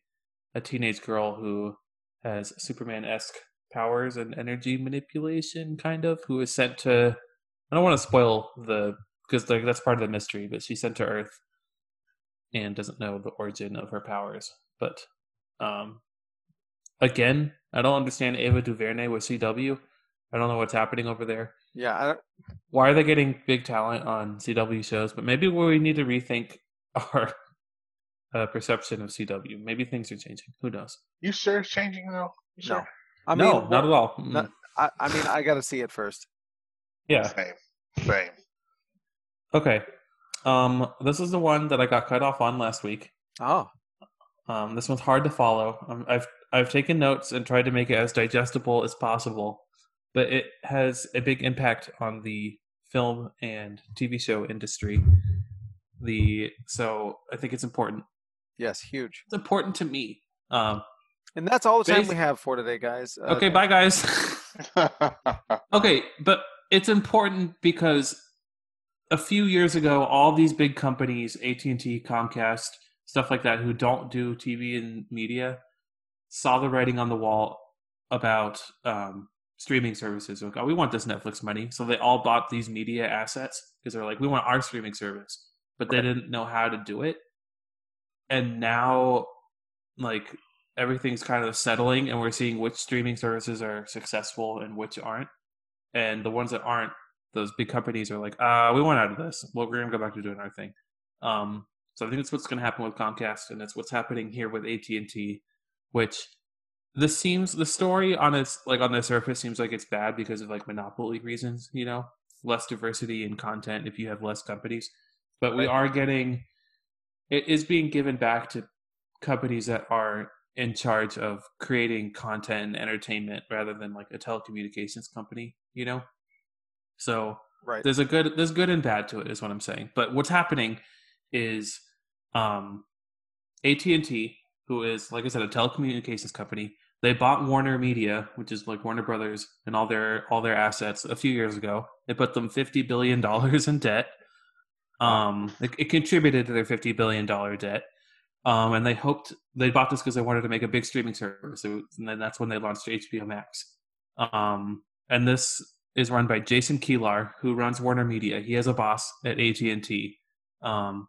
S3: a teenage girl who has Superman esque powers and energy manipulation, kind of, who is sent to. I don't want to spoil the because like that's part of the mystery, but she's sent to Earth and doesn't know the origin of her powers. But um, again, I don't understand Ava DuVernay with CW. I don't know what's happening over there.
S1: Yeah, I, don't-
S3: Why are they getting big talent on CW shows? But maybe we need to rethink our uh, perception of CW. Maybe things are changing. Who knows?
S2: You sure it's changing though? You
S1: No.
S2: sure?
S1: I mean,
S3: no,
S1: what-
S3: not at all. Mm.
S1: not- I, I mean, I got to see it first.
S3: yeah.
S2: Same. Same.
S3: Okay. Um, this is the one that I got cut off on last week.
S1: Oh,
S3: Um, this one's hard to follow. Um, I've I've taken notes and tried to make it as digestible as possible, but it has a big impact on the film and TV show industry. The so I think it's important.
S1: yes, huge.
S3: It's important to me. Um,
S1: And that's all the time
S3: Basi-
S1: we have for today, guys. Uh,
S3: okay, bye guys. Okay, but it's important because a few years ago, all these big companies, AT and T, Comcast, stuff like that, who don't do TV and media, saw the writing on the wall about um, streaming services. Like, oh, we want this Netflix money, so they all bought these media assets because they're like, we want our streaming service, but they didn't know how to do it. And now, like everything's kind of settling and we're seeing which streaming services are successful and which aren't. And the ones that aren't, those big companies are like, uh, we want out of this. Well, we're going to go back to doing our thing. Um, so I think that's what's going to happen with Comcast, and that's what's happening here with AT and T, which this seems the story on its like on the surface seems like it's bad because of like monopoly reasons, you know, less diversity in content if you have less companies. But we are getting it is being given back to companies that are in charge of creating content and entertainment rather than like a telecommunications company, you know? So
S1: Right.
S3: there's a good there's good and bad to it is what I'm saying. But what's happening is um AT&T, who is like I said a telecommunications company, they bought Warner Media, which is like Warner Brothers and all their all their assets a few years ago. They put them 50 billion dollars in debt. Um it, it contributed to their 50 billion dollar debt. Um, and they hoped they bought this because they wanted to make a big streaming service, So- and then that's when they launched HBO Max. Um, and this is run by Jason Kilar, who runs Warner Media. He has a boss at AT and T. Um,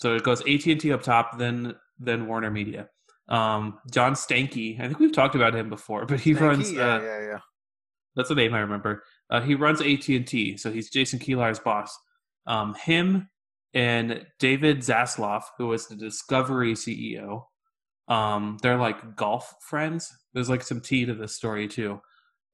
S3: so it goes AT and T up top, then then Warner Media. Um, John Stanky, I think we've talked about him before, but he
S1: Thank
S3: runs.
S1: you.
S3: uh,
S1: Yeah, yeah, yeah.
S3: that's the name I remember. Uh, he runs AT and T, so he's Jason Kilar's boss. Um, him and David Zasloff, who is the Discovery CEO, um, they're like golf friends. There's like some tea to this story too,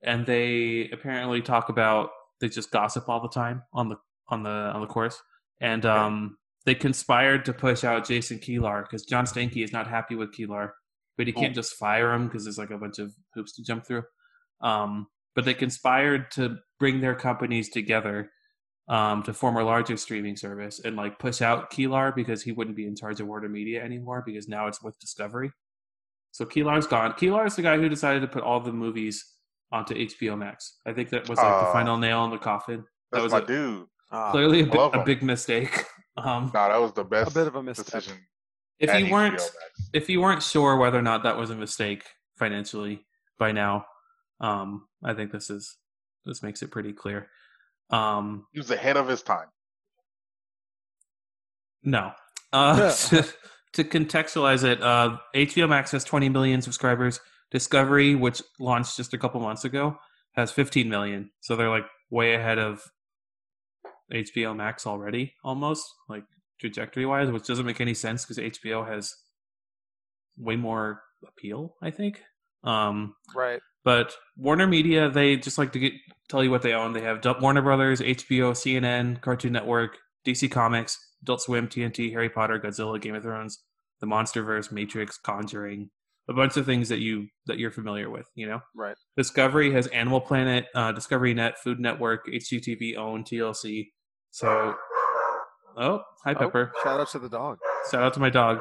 S3: and they apparently talk about they just gossip all the time on the on the on the course, and um, they conspired to push out Jason Kilar because John Stanky is not happy with Kilar, but he can't just fire him because there's like a bunch of hoops to jump through. Um, but they conspired to bring their companies together um, to form a larger streaming service and like push out Keelar because he wouldn't be in charge of Warner Media anymore because now it's with Discovery. So Keelar's gone. Keelar's the guy who decided to put all the movies onto HBO Max. I think that was like the
S2: Aw.
S3: final nail in the coffin. That
S2: That's
S3: was
S2: my
S3: a-
S2: dude.
S1: Ah,
S3: Clearly, a,
S2: Uh, I love
S3: bi- a
S2: him.
S3: big mistake. Um,
S2: No, that was the
S1: a
S2: best
S1: bit of a misstep.
S2: decision.
S3: if
S2: at
S3: you
S2: HBO
S3: weren't,
S2: Max.
S3: if you weren't sure whether or not that was a mistake financially by now, um, I think this is this makes it pretty clear. Um,
S2: he was ahead of his time.
S3: no, uh, to, to contextualize it, uh, HBO Max has 20 million subscribers. Discovery, which launched just a couple months ago, has 15 million. So they're like way ahead of HBO Max already, almost like trajectory wise, which doesn't make any sense because HBO has way more appeal, I think. Um,
S1: Right.
S3: but Warner Media, they just like to get, tell you what they own. They have Dub- Warner Brothers, HBO, CNN, Cartoon Network, DC Comics, Adult Swim, TNT, Harry Potter, Godzilla, Game of Thrones, The MonsterVerse, Matrix, Conjuring, a bunch of things that you that you're familiar with. You know,
S1: Right.
S3: Discovery has Animal Planet, uh, Discovery Net, Food Network, HGTV, Own, TLC. So, oh, hi
S1: Oh,
S3: Pepper.
S1: shout out to the dog.
S3: Shout out to my dog.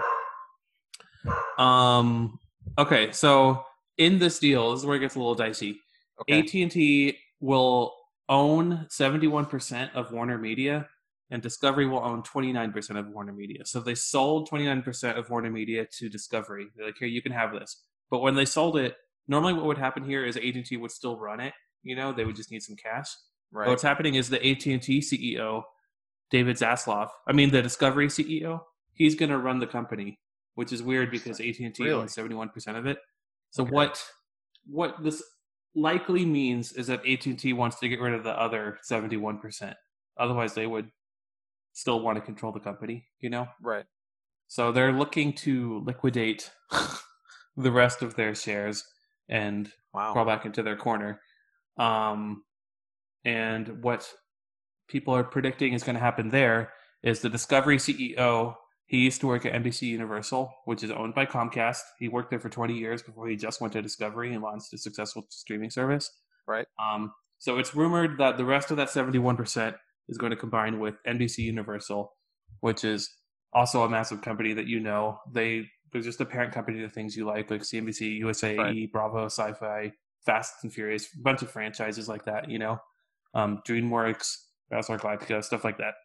S3: Um. Okay, so in this deal, this is where it gets a little dicey.
S1: Okay.
S3: AT and T will own seventy-one percent of Warner Media, and Discovery will own twenty-nine percent of Warner Media. So they sold twenty-nine percent of Warner Media to Discovery. They're like, "Here, you can have this." But when they sold it, normally what would happen here is AT and T would still run it. You know, they would just need some cash. But
S1: Right.
S3: E What's happening is the AT and T CEO, David Zasloff. I mean, the Discovery CEO, he's going to run the company, which is weird because AT and T
S2: Really?
S3: owns seventy one percent of it. So
S1: Okay.
S3: what what this likely means is that AT and T wants to get rid of the other seventy one percent. Otherwise, they would still want to control the company. You know.
S1: Right.
S3: So they're looking to liquidate the rest of their shares and
S1: Wow.
S3: crawl back into their corner. Um, and what people are predicting is going to happen there is the Discovery CEO. He used to work at NBC Universal, which is owned by Comcast. He worked there for 20 years before he just went to Discovery and launched a successful streaming service.
S1: Right.
S3: Um, so it's rumored that the rest of that 71% is going to combine with NBC Universal, which is also a massive company that you know. They they're just a parent company to things you like, like CNBC, USA,
S1: Right.
S3: E, Bravo, Sci-Fi, Fast and Furious, a bunch of franchises like that, you know, um, DreamWorks, Battlestar Galactica, stuff like that.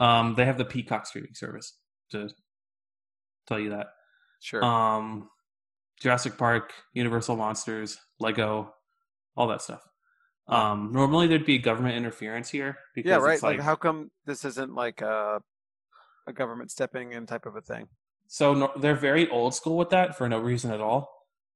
S3: Um, they have the Peacock streaming service to tell you that.
S1: Sure.
S3: Um, Jurassic Park, Universal Monsters, Lego, all that stuff. Um, normally there'd be government interference here because
S1: yeah. Right.
S3: it's
S1: Like,
S3: like,
S1: how come this isn't like a a government stepping in type of a thing?
S3: so no, they're very old school with that for no reason at all.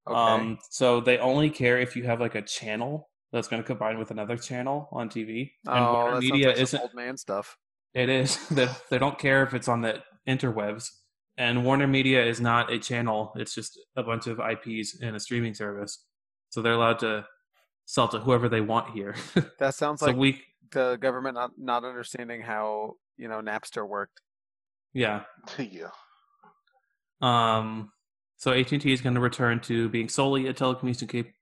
S1: Okay.
S3: Um, so they only care if you have like a channel that's going to combine with another channel on TV. And
S1: oh,
S3: Warner
S1: that
S3: Media
S1: sounds like some
S3: isn't.
S1: old man stuff.
S3: It is they, they don't care if it's on the interwebs. And Warner Media is not a channel; it's just a bunch of IPs and a streaming service. So they're allowed to sell to whoever they want here.
S1: That sounds
S3: so
S1: like
S3: we,
S1: the government not not understanding how you know Napster worked.
S3: yeah.
S2: yeah.
S3: Um, so AT&T is going to return to being solely a telecommunication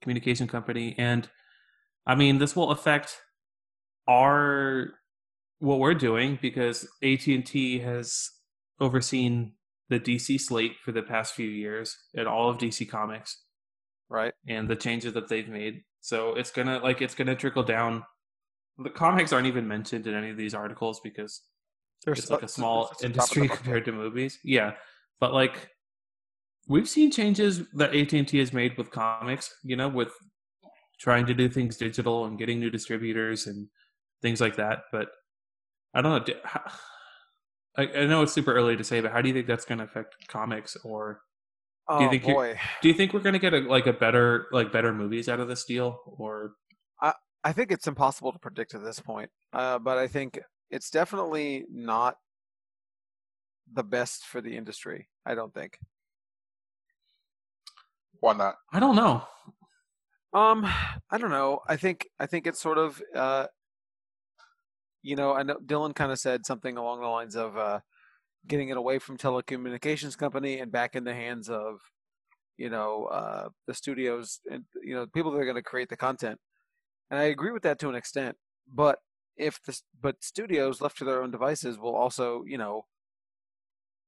S3: communication company, and I mean this will affect our what we're doing because AT&T has overseen the DC slate for the past few years and all of DC Comics
S1: Right.
S3: and the changes that they've made. So it's gonna like it's gonna trickle down. The comics aren't even mentioned in any of these articles because
S1: There's
S3: it's like a small industry compared to movies. Yeah, but like we've seen changes that AT and T has made with comics. You know, with trying to do things digital and getting new distributors and things like that. But I don't know. do- how- I, I know it's super early to say, but how do you think that's going to affect comics? Or
S1: Oh
S3: Do you think you're-
S1: boy.
S3: do you think we're going to get a, like a better like better movies out of this deal? Or
S1: I think it's impossible to predict at this point, uh, but I think it's definitely not the best for the industry. I don't think.
S2: Why not?
S3: I don't know.
S1: Um, I don't know. I think I think it's sort of, uh, you know, I know Dylan kind of said something along the lines of uh, getting it away from telecommunications company and back in the hands of, you know, uh, the studios and you know people that are going to create the content. And I agree with that to an extent, but if the s- but studios left to their own devices will also you know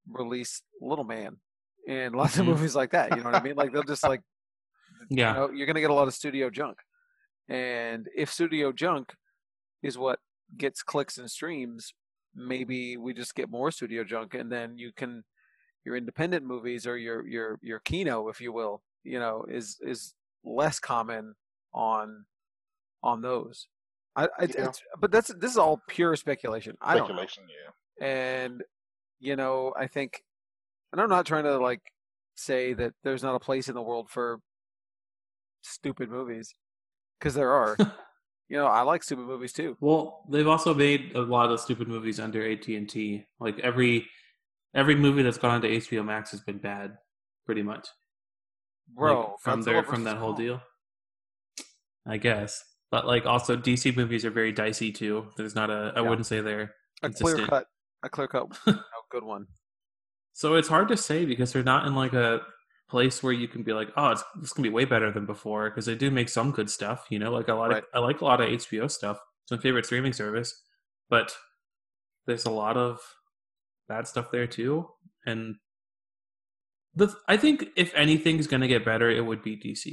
S1: release Little Man and lots
S3: Mhm.
S1: of movies like that. You know what I mean? Like they'll just like
S3: Yeah,
S1: you know, you're going to get a lot of studio junk. And if studio junk is what gets clicks and streams, maybe we just get more studio junk, and then you can your independent movies or your your your kino, if you will, you know, is is less common on on those. I, I
S2: Yeah.
S1: it's, but that's this is all pure speculation. I don't know
S2: Speculation, yeah.
S1: and you know i think and i'm not trying to like say that there's not a place in the world for stupid movies because there are you know i like stupid movies too
S3: Well, they've also made a lot of stupid movies under AT and T. Like every every movie that's gone onto HBO Max has been bad, pretty much. Like,
S1: bro
S3: from
S1: Godzilla
S3: their from
S1: versus
S3: that whole
S1: Kong.
S3: deal, I guess. But like, also DC movies are very dicey too. There's not a I
S1: Yeah.
S3: wouldn't say they're
S1: a clear
S3: consistent.
S1: cut a clear cut you know, good one
S3: So it's hard to say because they're not in like a place where you can be like, oh, it's, it's gonna be way better than before because they do make some good stuff. You know, like a lot
S1: Right.
S3: of I like a lot of HBO stuff. It's my favorite streaming service, but there's a lot of bad stuff there too. And the I think if anything's gonna get better, it would be DC.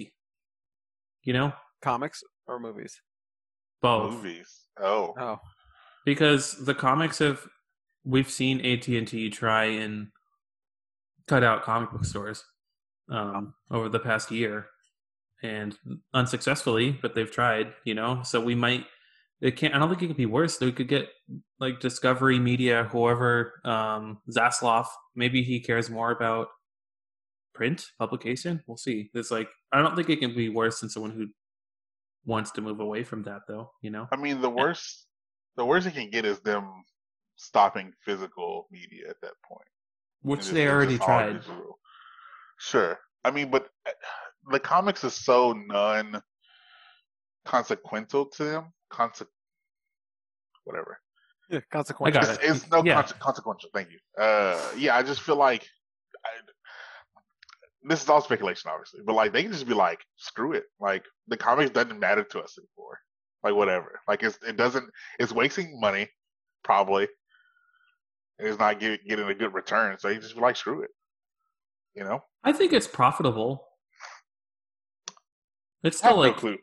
S3: You know,
S1: comics or movies
S3: both
S2: Movies. Oh.
S1: oh
S3: because the comics have we've seen AT&T try and cut out comic book stores um, over the past year and unsuccessfully but they've tried you know so we might It can't. I don't think it could be worse. They could get like Discovery Media, whoever um, Zasloff. Maybe he cares more about print publication. We'll see. It's like I don't think it can be worse than someone who wants to move away from that, though. You know.
S2: I mean, the worst, the worst it can get is them stopping physical media at that point,
S3: Which
S2: It is-
S3: they
S2: it's
S3: already
S2: just all
S3: tried.
S2: digital. Sure, I mean, but uh, the comics is so non consequential to them. Conse- whatever.
S1: Yeah,
S3: I
S1: consequential.
S3: got
S2: It's,
S3: it.
S2: it's no
S3: Yeah.
S2: conse- consequential. Thank you. Uh, yeah, I just feel like I, this is all speculation, obviously, but like they can just be like, screw it. Like the comics doesn't matter to us anymore. Like whatever. Like it's, it doesn't. It's wasting money, probably. And it's not get, getting a good return, so you just be like, screw it. You know,
S3: I think it's profitable. It's
S2: I have
S3: still like
S2: no clue.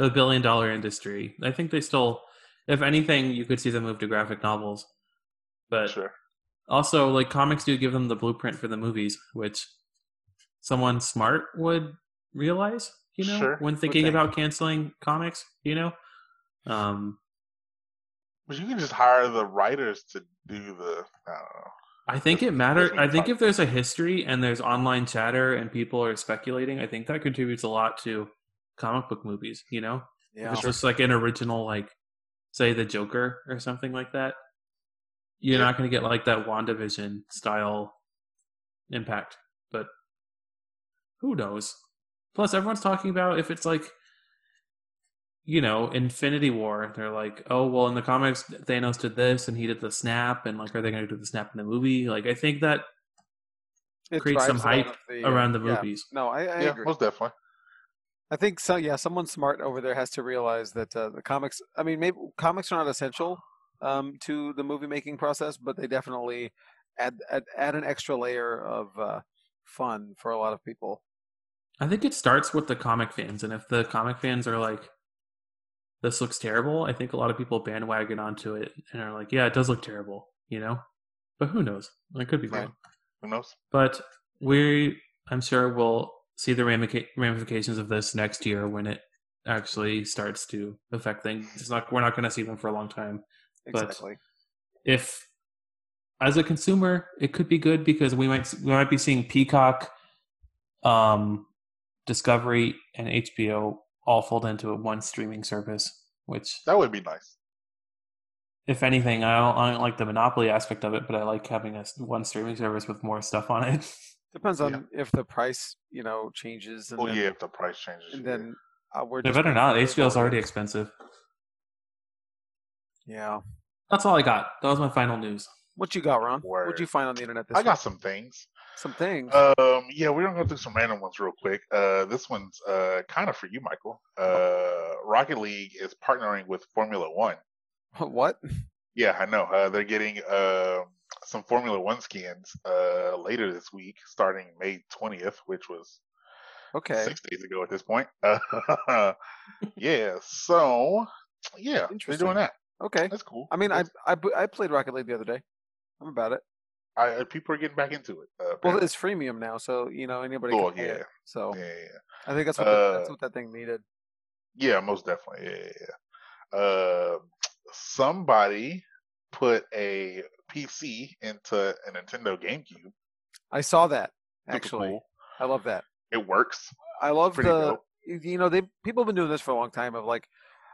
S3: a billion dollar industry. I think they still, if anything, you could see them move to graphic novels. But
S2: Sure.
S3: also, like comics do give them the blueprint for the movies, which someone smart would realize, you know,
S2: Sure,
S3: when
S1: would
S3: thinking
S1: think.
S3: about canceling comics, you know. Um,
S2: But you can just hire the writers to do the. I don't know.
S3: I think it
S2: That's
S3: matters.
S2: what
S3: I
S2: I'm
S3: think
S2: talking
S3: if there's a history and there's online chatter and people are speculating, I think that contributes a lot to comic book movies, you know?
S1: Yeah.
S3: It's just like an original, like, say the Joker or something like that. You're
S2: Yeah.
S3: not going to get like that WandaVision style impact, but who knows? Plus, everyone's talking about if it's like, you know, Infinity War. They're like, oh, well, in the comics, Thanos did this and he did the snap, and like, are they going to do the snap in the movie? Like, I think that
S1: It
S3: create some
S1: drives a lot
S3: hype
S1: of uh,
S3: around the
S1: yeah.
S3: movies.
S1: No, I, I
S2: yeah,
S1: agree.
S2: most definitely.
S1: I think so. Yeah, someone smart over there has to realize that uh, the comics. I mean, maybe comics are not essential um, to the movie making process, but they definitely add add, add an extra layer of uh, fun for a lot of people.
S3: I think it starts with the comic fans, and if the comic fans are like, "This looks terrible," I think a lot of people bandwagon onto it and are like, "Yeah, it does look terrible," you know. But who knows? It could be
S2: Right.
S3: wrong.
S2: Who knows?
S3: But we, I'm sure, will see the ramica- ramifications of this next year when it actually starts to affect things. It's not we're not going to see them for a long time. But-
S1: Exactly.
S3: If as a consumer, it could be good because we might we might be seeing Peacock, um, Discovery, and HBO all fold into one streaming service. Which,
S2: That would be nice.
S3: if anything, I don't, I don't like the monopoly aspect of it, but I like having a s- one streaming service with more stuff on it.
S1: Depends on
S2: Yeah.
S1: if the price, you know, changes. And
S2: Well,
S1: then,
S2: Oh, yeah, if the price changes.
S1: And
S2: yeah.
S1: then uh, we're
S3: they
S1: just
S3: better
S1: gonna
S3: not.
S1: pay
S3: HBO's
S1: more.
S3: already expensive.
S1: Yeah.
S3: That's all I got. That was my final news.
S1: What you got, Ron? What'd
S2: Word.
S1: you find on the internet this
S2: I
S1: week?
S2: got some things.
S1: some things.
S2: Um, yeah, we're gonna go through some random ones real quick. Uh, this one's uh kind of for you, Michael. Uh, Rocket League is partnering with Formula One.
S1: what?
S2: Yeah, I know. Uh, they're getting uh, some Formula One skins uh later this week, starting May twentieth, which was
S1: Okay.
S2: six days ago at this point. Uh, yeah, so yeah, they're
S1: Interesting.
S2: doing that.
S1: Okay.
S2: That's cool.
S1: I mean, I,
S2: That's-
S1: I bu- I played Rocket League the other day. I'm about it.
S2: I, I people are getting back into it. Uh,
S1: Well,
S2: apparently.
S1: it's freemium now, so you know anybody.
S2: cool.
S1: can play
S2: Yeah,
S1: It. So
S2: yeah, yeah.
S1: I think that's what the, that's
S2: Uh,
S1: what that thing needed.
S2: Yeah, most definitely. Yeah, yeah, yeah. Uh, somebody put a PC into a Nintendo GameCube. Super
S1: I saw that actually.
S2: cool.
S1: I love that.
S2: it works.
S1: I love
S2: Pretty
S1: the
S2: dope.
S1: you know they people have been doing this for a long time of like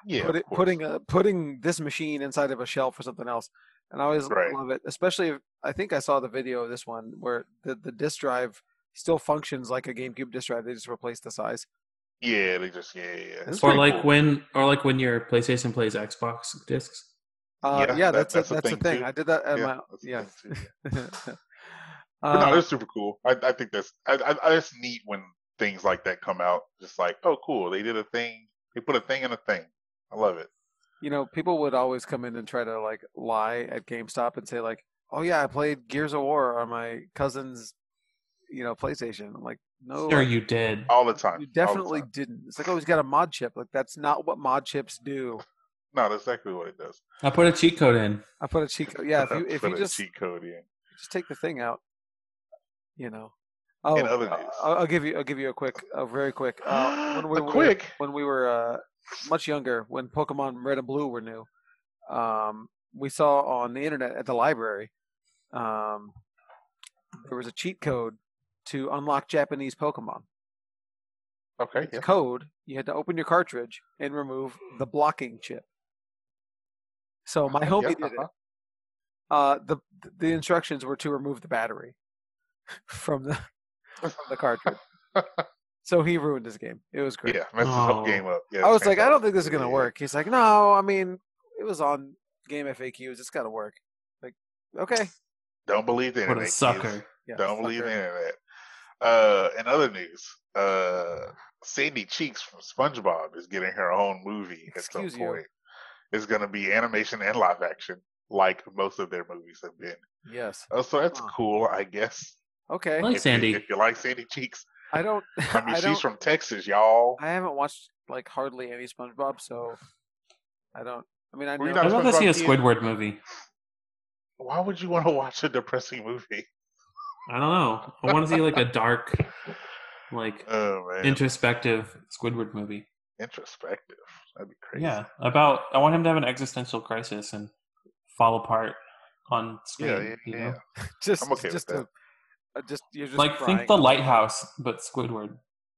S2: Yeah,
S1: put
S2: of
S1: it,
S2: course.
S1: putting a, putting this machine inside of a shelf or something else, and I always
S2: Right.
S1: love it. Especially if, I think I saw the video of this one where the the disk drive still functions like a GameCube disk drive. They just replaced the size.
S2: yeah, they just yeah, yeah. yeah. It's
S3: Or
S2: pretty
S3: like
S2: cool.
S3: when, or like when your PlayStation plays Xbox discs.
S1: Uh, yeah,
S2: Yeah, that-
S1: that's
S2: that's
S1: a,
S2: a
S1: that's the
S2: thing,
S1: thing.
S2: too.
S1: I did that at my
S2: that's the
S1: yeah.
S2: thing, too, yeah. But no,
S1: Uh,
S2: they're super cool. I, I think that's I, I I just neat when things like that come out. Just like oh, cool, they did a thing. They put a thing in a thing. I love it.
S1: you know, people would always come in and try to like lie at GameStop and say like, "Oh yeah, I played Gears of War on my cousin's, you know, PlayStation." I'm like, "No,
S3: Sure,
S1: I-
S3: you did.
S2: All the time.
S1: you
S2: all the
S1: definitely
S2: time.
S1: didn't." It's like, "Oh, he's got a mod chip." Like that's not what mod chips do.
S2: No, that's exactly what it does.
S3: I put a cheat code in.
S1: I put a cheat. co- Yeah, if you if
S2: Put
S1: you
S2: a
S1: just
S2: cheat code in.
S1: just take the thing out, you know. Oh,
S2: other
S1: uh,
S2: news.
S1: I'll, I'll give you I'll give you a quick, a very quick. Uh, when we
S2: A
S1: were,
S2: quick?
S1: when we were uh, much younger when Pokemon Red and Blue were new. Um, we saw on the internet at the library, um, there was a cheat code to unlock Japanese Pokemon.
S2: Okay.
S1: The code you had to open your cartridge and remove the blocking chip. So my homie did it.
S2: uh-huh.
S1: Uh, the the instructions were to remove the battery from the from the cartridge. so he ruined his game. It was great.
S2: Yeah, messed this whole
S3: Oh.
S2: game up. Yeah,
S1: I was like, I don't think this is
S2: Yeah,
S1: gonna
S2: yeah.
S1: work. He's like, No, I mean, it was on game FAQs. It's gotta work. Like, okay,
S2: Don't believe the
S3: What
S2: internet.
S3: a
S2: kids.
S3: sucker.
S1: yeah,
S2: Don't believe the
S1: sucker.
S2: internet. Uh, in other news, uh, Sandy Cheeks from SpongeBob is getting her own movie at
S1: Excuse
S2: some
S1: you.
S2: point. It's going to be animation and live action, like most of their movies have been.
S1: Yes.
S2: Uh, so that's
S1: Huh.
S2: cool, I guess.
S1: Okay.
S3: Like
S2: if
S3: Sandy.
S2: you, if you like Sandy Cheeks,
S1: I don't.
S2: I mean,
S1: I
S2: she's
S1: don't.
S2: from Texas, y'all.
S1: I haven't watched like hardly any SpongeBob, so I don't. I mean, I
S2: Were you
S1: know.
S2: not
S3: I'd rather see a
S2: SpongeBob kid.
S3: Squidward movie.
S2: Why would you want to watch a depressing movie?
S3: I don't know. I want to see like a dark, like
S2: Oh man,
S3: introspective Squidward movie.
S2: introspective. That'd be crazy.
S3: Yeah, about I want him to have an existential crisis and fall apart on screen.
S2: yeah, yeah.
S3: you
S2: yeah.
S3: know?
S1: just,
S2: I'm okay with
S1: just,
S2: that.
S1: A, uh, just you're just
S3: like
S1: crying.
S3: think the lighthouse, but Squidward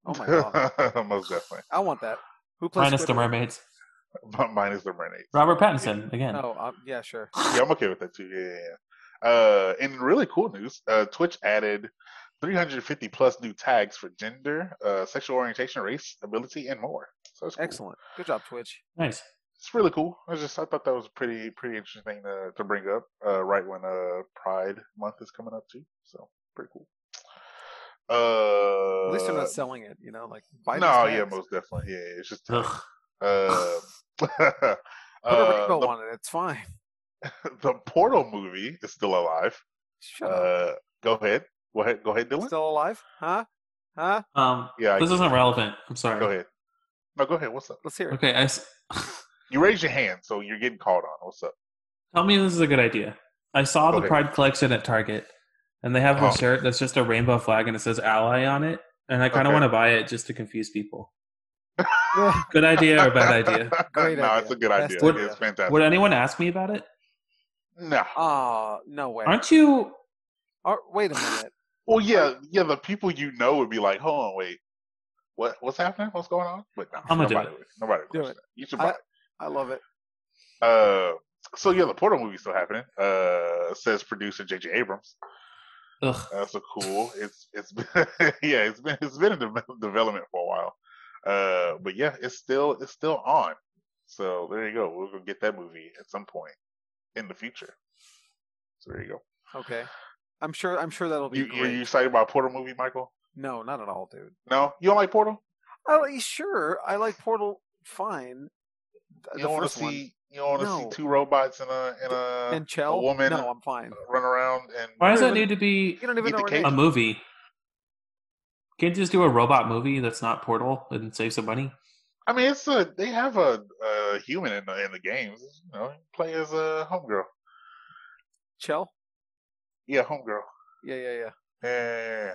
S1: Oh my god,
S2: Most definitely.
S1: I want that. Who plays
S3: minus the
S1: Squidward?
S3: mermaids.
S2: Mine is the mermaid.
S3: Robert Pattinson again.
S1: Oh, uh, yeah, sure.
S2: Yeah, I'm okay with that too. Yeah, yeah, yeah. Uh, and really cool news. Uh, Twitch added 350 plus new tags for gender, uh, sexual orientation, race, ability, and more. So it's cool.
S1: Excellent. Good job, Twitch.
S3: Nice.
S2: It's really cool. I was just I thought that was a pretty pretty interesting thing to, to bring up uh, right when uh, Pride Month is coming up too. So pretty cool. Uh,
S1: At least they're not selling it. You know, like buy these
S2: no, Uh, yeah,
S1: tags.
S2: most definitely. Yeah, it's just uh,
S3: Ugh.
S1: Put a rainbow
S2: the,
S1: on it. It's fine.
S2: the Portal movie is still alive.
S1: Shut up.
S2: Uh, go ahead. Go ahead. Go ahead, Dylan.
S1: Oh. Still alive? Huh? Huh?
S3: Um,
S2: Yeah, I
S3: this
S2: get
S3: isn't relevant. I'm sorry.
S2: Go ahead. No, go ahead. What's up?
S1: Let's hear it.
S3: Okay, I s-
S2: You raised your hand, so you're getting called on. What's up?
S3: tell me this is a good idea. I saw
S2: Go
S3: the
S2: ahead.
S3: Pride collection at Target, and they have
S2: Oh.
S3: a shirt that's just a rainbow flag and it says "Ally" on it, and I kind of
S2: Okay.
S3: want to buy it just to confuse people.
S1: Yeah.
S3: Good idea or bad idea?
S1: Great
S2: no,
S1: idea.
S2: it's a good
S1: Best
S2: idea.
S1: idea.
S2: It's fantastic.
S3: Would anyone ask me about it?
S2: no.
S1: Ah, no way.
S3: Aren't you?
S1: Ar- wait a minute.
S2: Well, yeah, yeah. The people you know would be like, "Hold on, wait, what? What's happening? What's going on?" But no,
S3: I'm gonna do
S2: nobody,
S3: it.
S2: would- Nobody would
S1: Do
S2: question
S1: it.
S2: that. You should buy.
S1: I love it.
S2: it. Uh, so yeah, the Portal movie's still happening. Uh, says producer J.J. Abrams.
S3: Ugh.
S2: That's so cool. It's it's been, yeah, it's been it's been in de- development for a while. Uh, but yeah, it's still it's still on. So there you go. We're gonna get that movie at some point in the future. So there you go.
S1: Okay. I'm sure. I'm sure that'll be
S2: You, are
S1: great.
S2: you excited about Portal movie, Michael?
S1: No, not at all, dude.
S2: No, you don't like Portal.
S1: I like- sure. I like Portal fine. Th-
S2: You
S1: the
S2: don't want
S1: first
S2: to
S1: one.
S2: see you don't want to
S1: No.
S2: see two robots and a and a
S1: and Chell.
S2: woman-
S1: No, I'm fine.
S2: run around and
S3: Why does
S1: don't
S3: that
S1: even-
S3: need to be
S1: You don't even
S2: Eat
S1: know
S2: the
S1: her
S2: cake.
S1: name.
S3: a movie? Can't you just do a robot movie that's not Portal and save some money?
S2: I mean it's a they have a, a human in the in the games. You know, play as a homegirl.
S1: Chell.
S2: Yeah, homegirl.
S1: Yeah, yeah, yeah.
S2: Yeah,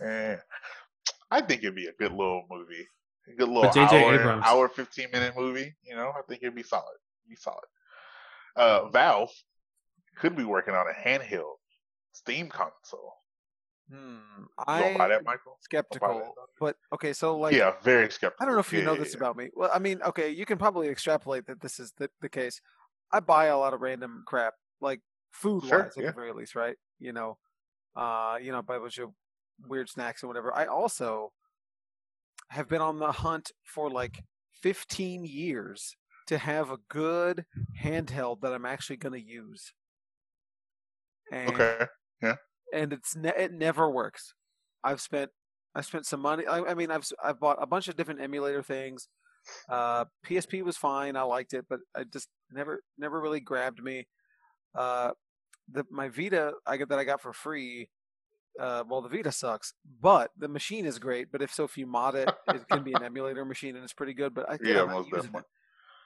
S2: yeah. Eh, I think it'd be a good little movie, a good little
S3: But J.J.
S2: hour,
S3: Abrams.
S2: hour fifteen minute movie. You know, I think it'd be solid. Be solid. Uh, Valve could be working on a handheld Steam console.
S1: Hmm.
S2: You don't buy
S1: I
S2: that, Michael? Don't buy
S1: skeptical,
S2: that?
S1: but okay. So like,
S2: yeah, very skeptical.
S1: I don't know if you
S2: Yeah,
S1: know
S2: yeah,
S1: this
S2: yeah.
S1: about me. Well, I mean, okay, you can probably extrapolate that this is the, the case. I buy a lot of random crap, like food
S2: Sure,
S1: wise, at
S2: yeah.
S1: the very least, right? You know, uh, you know, buy a bunch of weird snacks and whatever. I also have been on the hunt for like 15 years to have a good handheld that I'm actually going to use. And
S2: Okay.
S1: and it's ne- it never works. I've spent I spent some money. I, I mean, I've s- I've bought a bunch of different emulator things. Uh, PSP was fine. I liked it, but I just never never really grabbed me. Uh, the my Vita I got that I got for free. Uh, well, the Vita sucks, but the machine is great. But if so, if you mod it, it can be an emulator machine, and it's pretty good. But I think
S2: Yeah,
S1: I'm not
S2: most
S1: using it.
S2: definitely.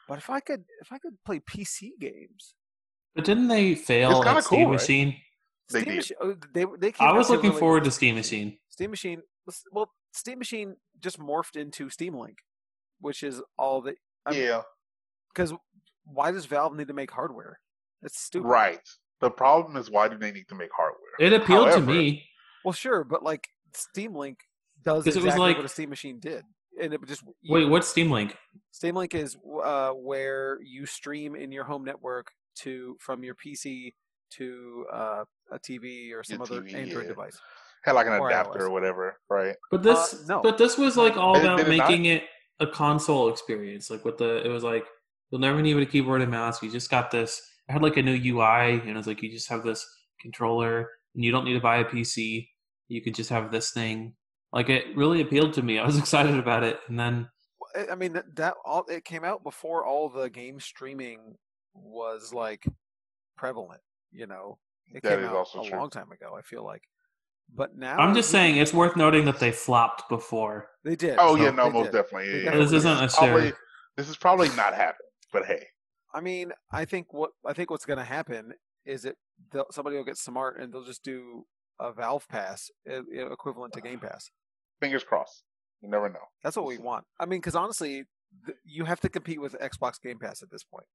S1: But if I could, if I could play PC games,
S3: But didn't they fail
S2: kinda
S3: at Steam
S2: cool, right?
S3: Machine?
S2: They
S1: Steam
S2: did.
S1: Machine, oh, they they came
S3: I
S1: out
S3: was
S1: to a
S3: looking
S1: really-
S3: forward to Steam Machine.
S1: Steam Machine. was- Well, Steam Machine just morphed into Steam Link, which is all that I'm-
S2: yeah,
S1: Because why does Valve need to make hardware? That's stupid.
S2: right. The problem is why do they need to make hardware?
S3: It appealed
S2: However-
S3: to me.
S1: Well, sure, but like Steam Link does
S3: 'Cause it was
S1: exactly
S3: like-
S1: what a Steam machine did, and it just
S3: Wait, what's Steam Link?
S1: Steam Link is uh, where you stream in your home network to from your PC to uh, a TV or some
S2: Your
S1: other
S2: TV,
S1: Android
S2: yeah.
S1: device.
S2: Had like an
S1: Or
S2: adapter
S1: iOS.
S2: or whatever, right?
S3: But this,
S1: Uh, no.
S3: but this was like all
S2: They-
S3: about
S2: they did not-
S3: making it a console experience. Like with the, it was like you'll never need a keyboard and mouse. You just got this. I had like a new UI, and it was like you just have this controller, and you don't need to buy a PC. You could just have this thing. Like it really appealed to me. I was excited about it, and then
S1: I- I mean that, that all it came out before all the game streaming was like prevalent. You know, it
S2: That
S1: came
S2: is
S1: out
S2: also
S1: a
S2: true.
S1: long time ago. I feel like, but now
S3: I'm just
S1: you-
S3: saying it's worth noting that they flopped before.
S1: they did.
S2: Oh
S1: So
S2: yeah, no,
S1: they
S2: most
S1: did.
S2: definitely.
S1: They
S2: Yeah, yeah.
S1: definitely
S3: This
S1: did.
S3: isn't a
S2: Probably,
S3: sure.
S2: this is probably not happening, but hey,
S1: I mean, I think what I think what's going to happen is it they'll- somebody will get smart and they'll just do a Valve Pass e- e- equivalent to Game Pass.
S2: fingers crossed. You never know.
S1: That's what we want. I mean, because honestly, th- you have to compete with Xbox Game Pass at this point.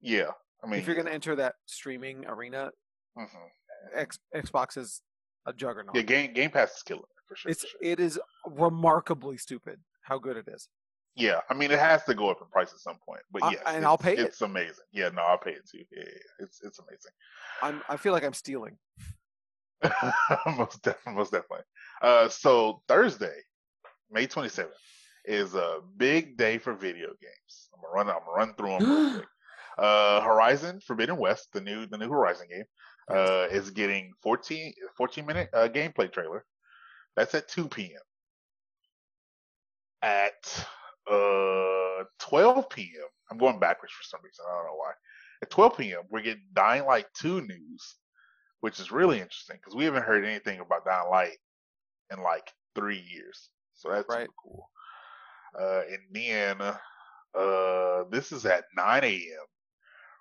S2: Yeah, I mean,
S1: If you're going to enter that streaming arena,
S2: mhm.
S1: X, Xbox is a juggernaut.
S2: yeah, Game Game Pass is killing it, for sure.
S1: it's
S2: for sure.
S1: it is remarkably stupid how good it is.
S2: yeah, I mean, it has to go up in price at some point, but
S1: I-
S2: yes,
S1: and I'll
S2: it's-
S1: pay it.
S2: It's amazing. Yeah, no, I'll pay it too. Yeah, yeah, yeah. it's it's amazing.
S1: I'm I feel like I'm stealing.
S2: most definitely, most definitely. Uh, so Thursday, May twenty seventh, is a big day for video games. I'm gonna run. I'm gonna run through them real quick. Uh, Horizon Forbidden West, the new the new Horizon game, uh, is getting 14, 14 minute uh, gameplay trailer. That's at two p.m. At uh twelve p.m. I'm going backwards for some reason. I don't know why. At twelve p.m. we're getting Dying Light two news which is really interesting because we haven't heard anything about Dying Light in like three years. So that's
S1: Right.
S2: super cool. Uh, and then uh, this is at 9 a.m.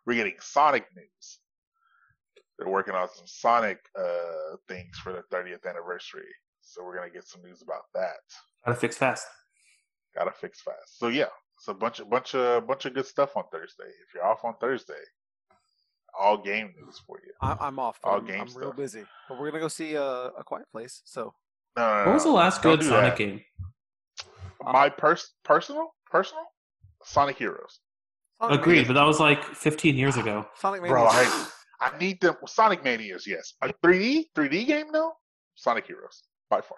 S2: We're getting Sonic news. They're working on some Sonic uh, things for the 30th anniversary. So we're gonna get some news about that.
S3: Gotta fix fast.
S2: Gotta fix fast. So yeah, it's a bunch of bunch of bunch of good stuff on Thursday. If you're off on Thursday, all game news for you.
S1: I, I'm off.
S2: All
S1: I'm,
S2: game
S1: I'm real
S2: stuff.
S1: busy, but we're gonna go see a, a Quiet Place. So
S2: No, no, no,
S3: What was the
S2: no.
S3: last
S2: Uh, Don't
S3: good
S2: do
S3: Sonic
S2: that.
S3: game?
S2: my pers- personal personal Sonic Heroes.
S1: Sonic
S3: Agreed,
S1: Mania-
S3: but that was like 15 years ago.
S1: Sonic Mania.
S2: Bro, I, I need them. Well, Sonic Manias, yes. A 3D 3D game though. Sonic Heroes by far.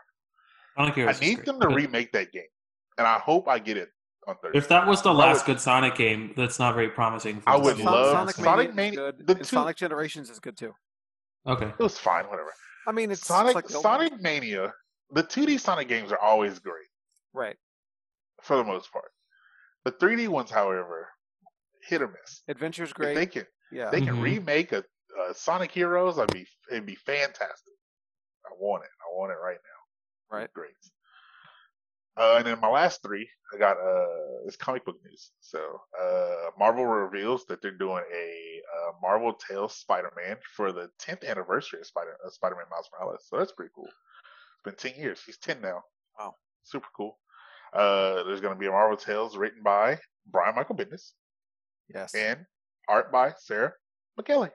S3: Sonic Heroes
S2: I
S3: is
S2: need
S3: great,
S2: them to
S3: but
S2: remake that game, and I hope I get it on Thursday.
S3: If that was the
S2: would-
S3: last good Sonic game, that's not very promising. For
S2: I
S3: this
S2: would
S3: game.
S1: Son-
S2: love
S1: Sonic, Mania.
S2: Sonic Mania-
S1: is good,
S2: the
S1: and
S2: two-
S1: Sonic Generations is good too.
S3: Okay,
S2: it was fine, whatever.
S1: I mean, it's
S2: Sonic
S1: it's like the old
S2: Sonic Mania. The 2D Sonic games are always great
S1: one. right?
S2: for the most part. The 3D ones, however, hit or miss.
S1: Adventure's
S2: If they
S1: great.
S2: can
S1: Yeah,
S2: If they can
S3: Mhm.
S2: remake a, a Sonic Heroes, I'd be it'd be fantastic. I want it. I want it right now.
S1: Right.
S2: Great. Uh, and then my last three, I got uh it's comic book news. So uh Marvel reveals that they're doing a uh, Marvel Tales Spider-Man for the 10th anniversary of Spider uh, Spider-Man Miles Morales. So that's pretty cool. It's been 10 years. He's 10 now.
S1: Wow.
S2: Super cool. Uh, there's going to be a Marvel Tales written by Brian Michael Bendis
S1: yes,
S2: and art by Sarah McKelly.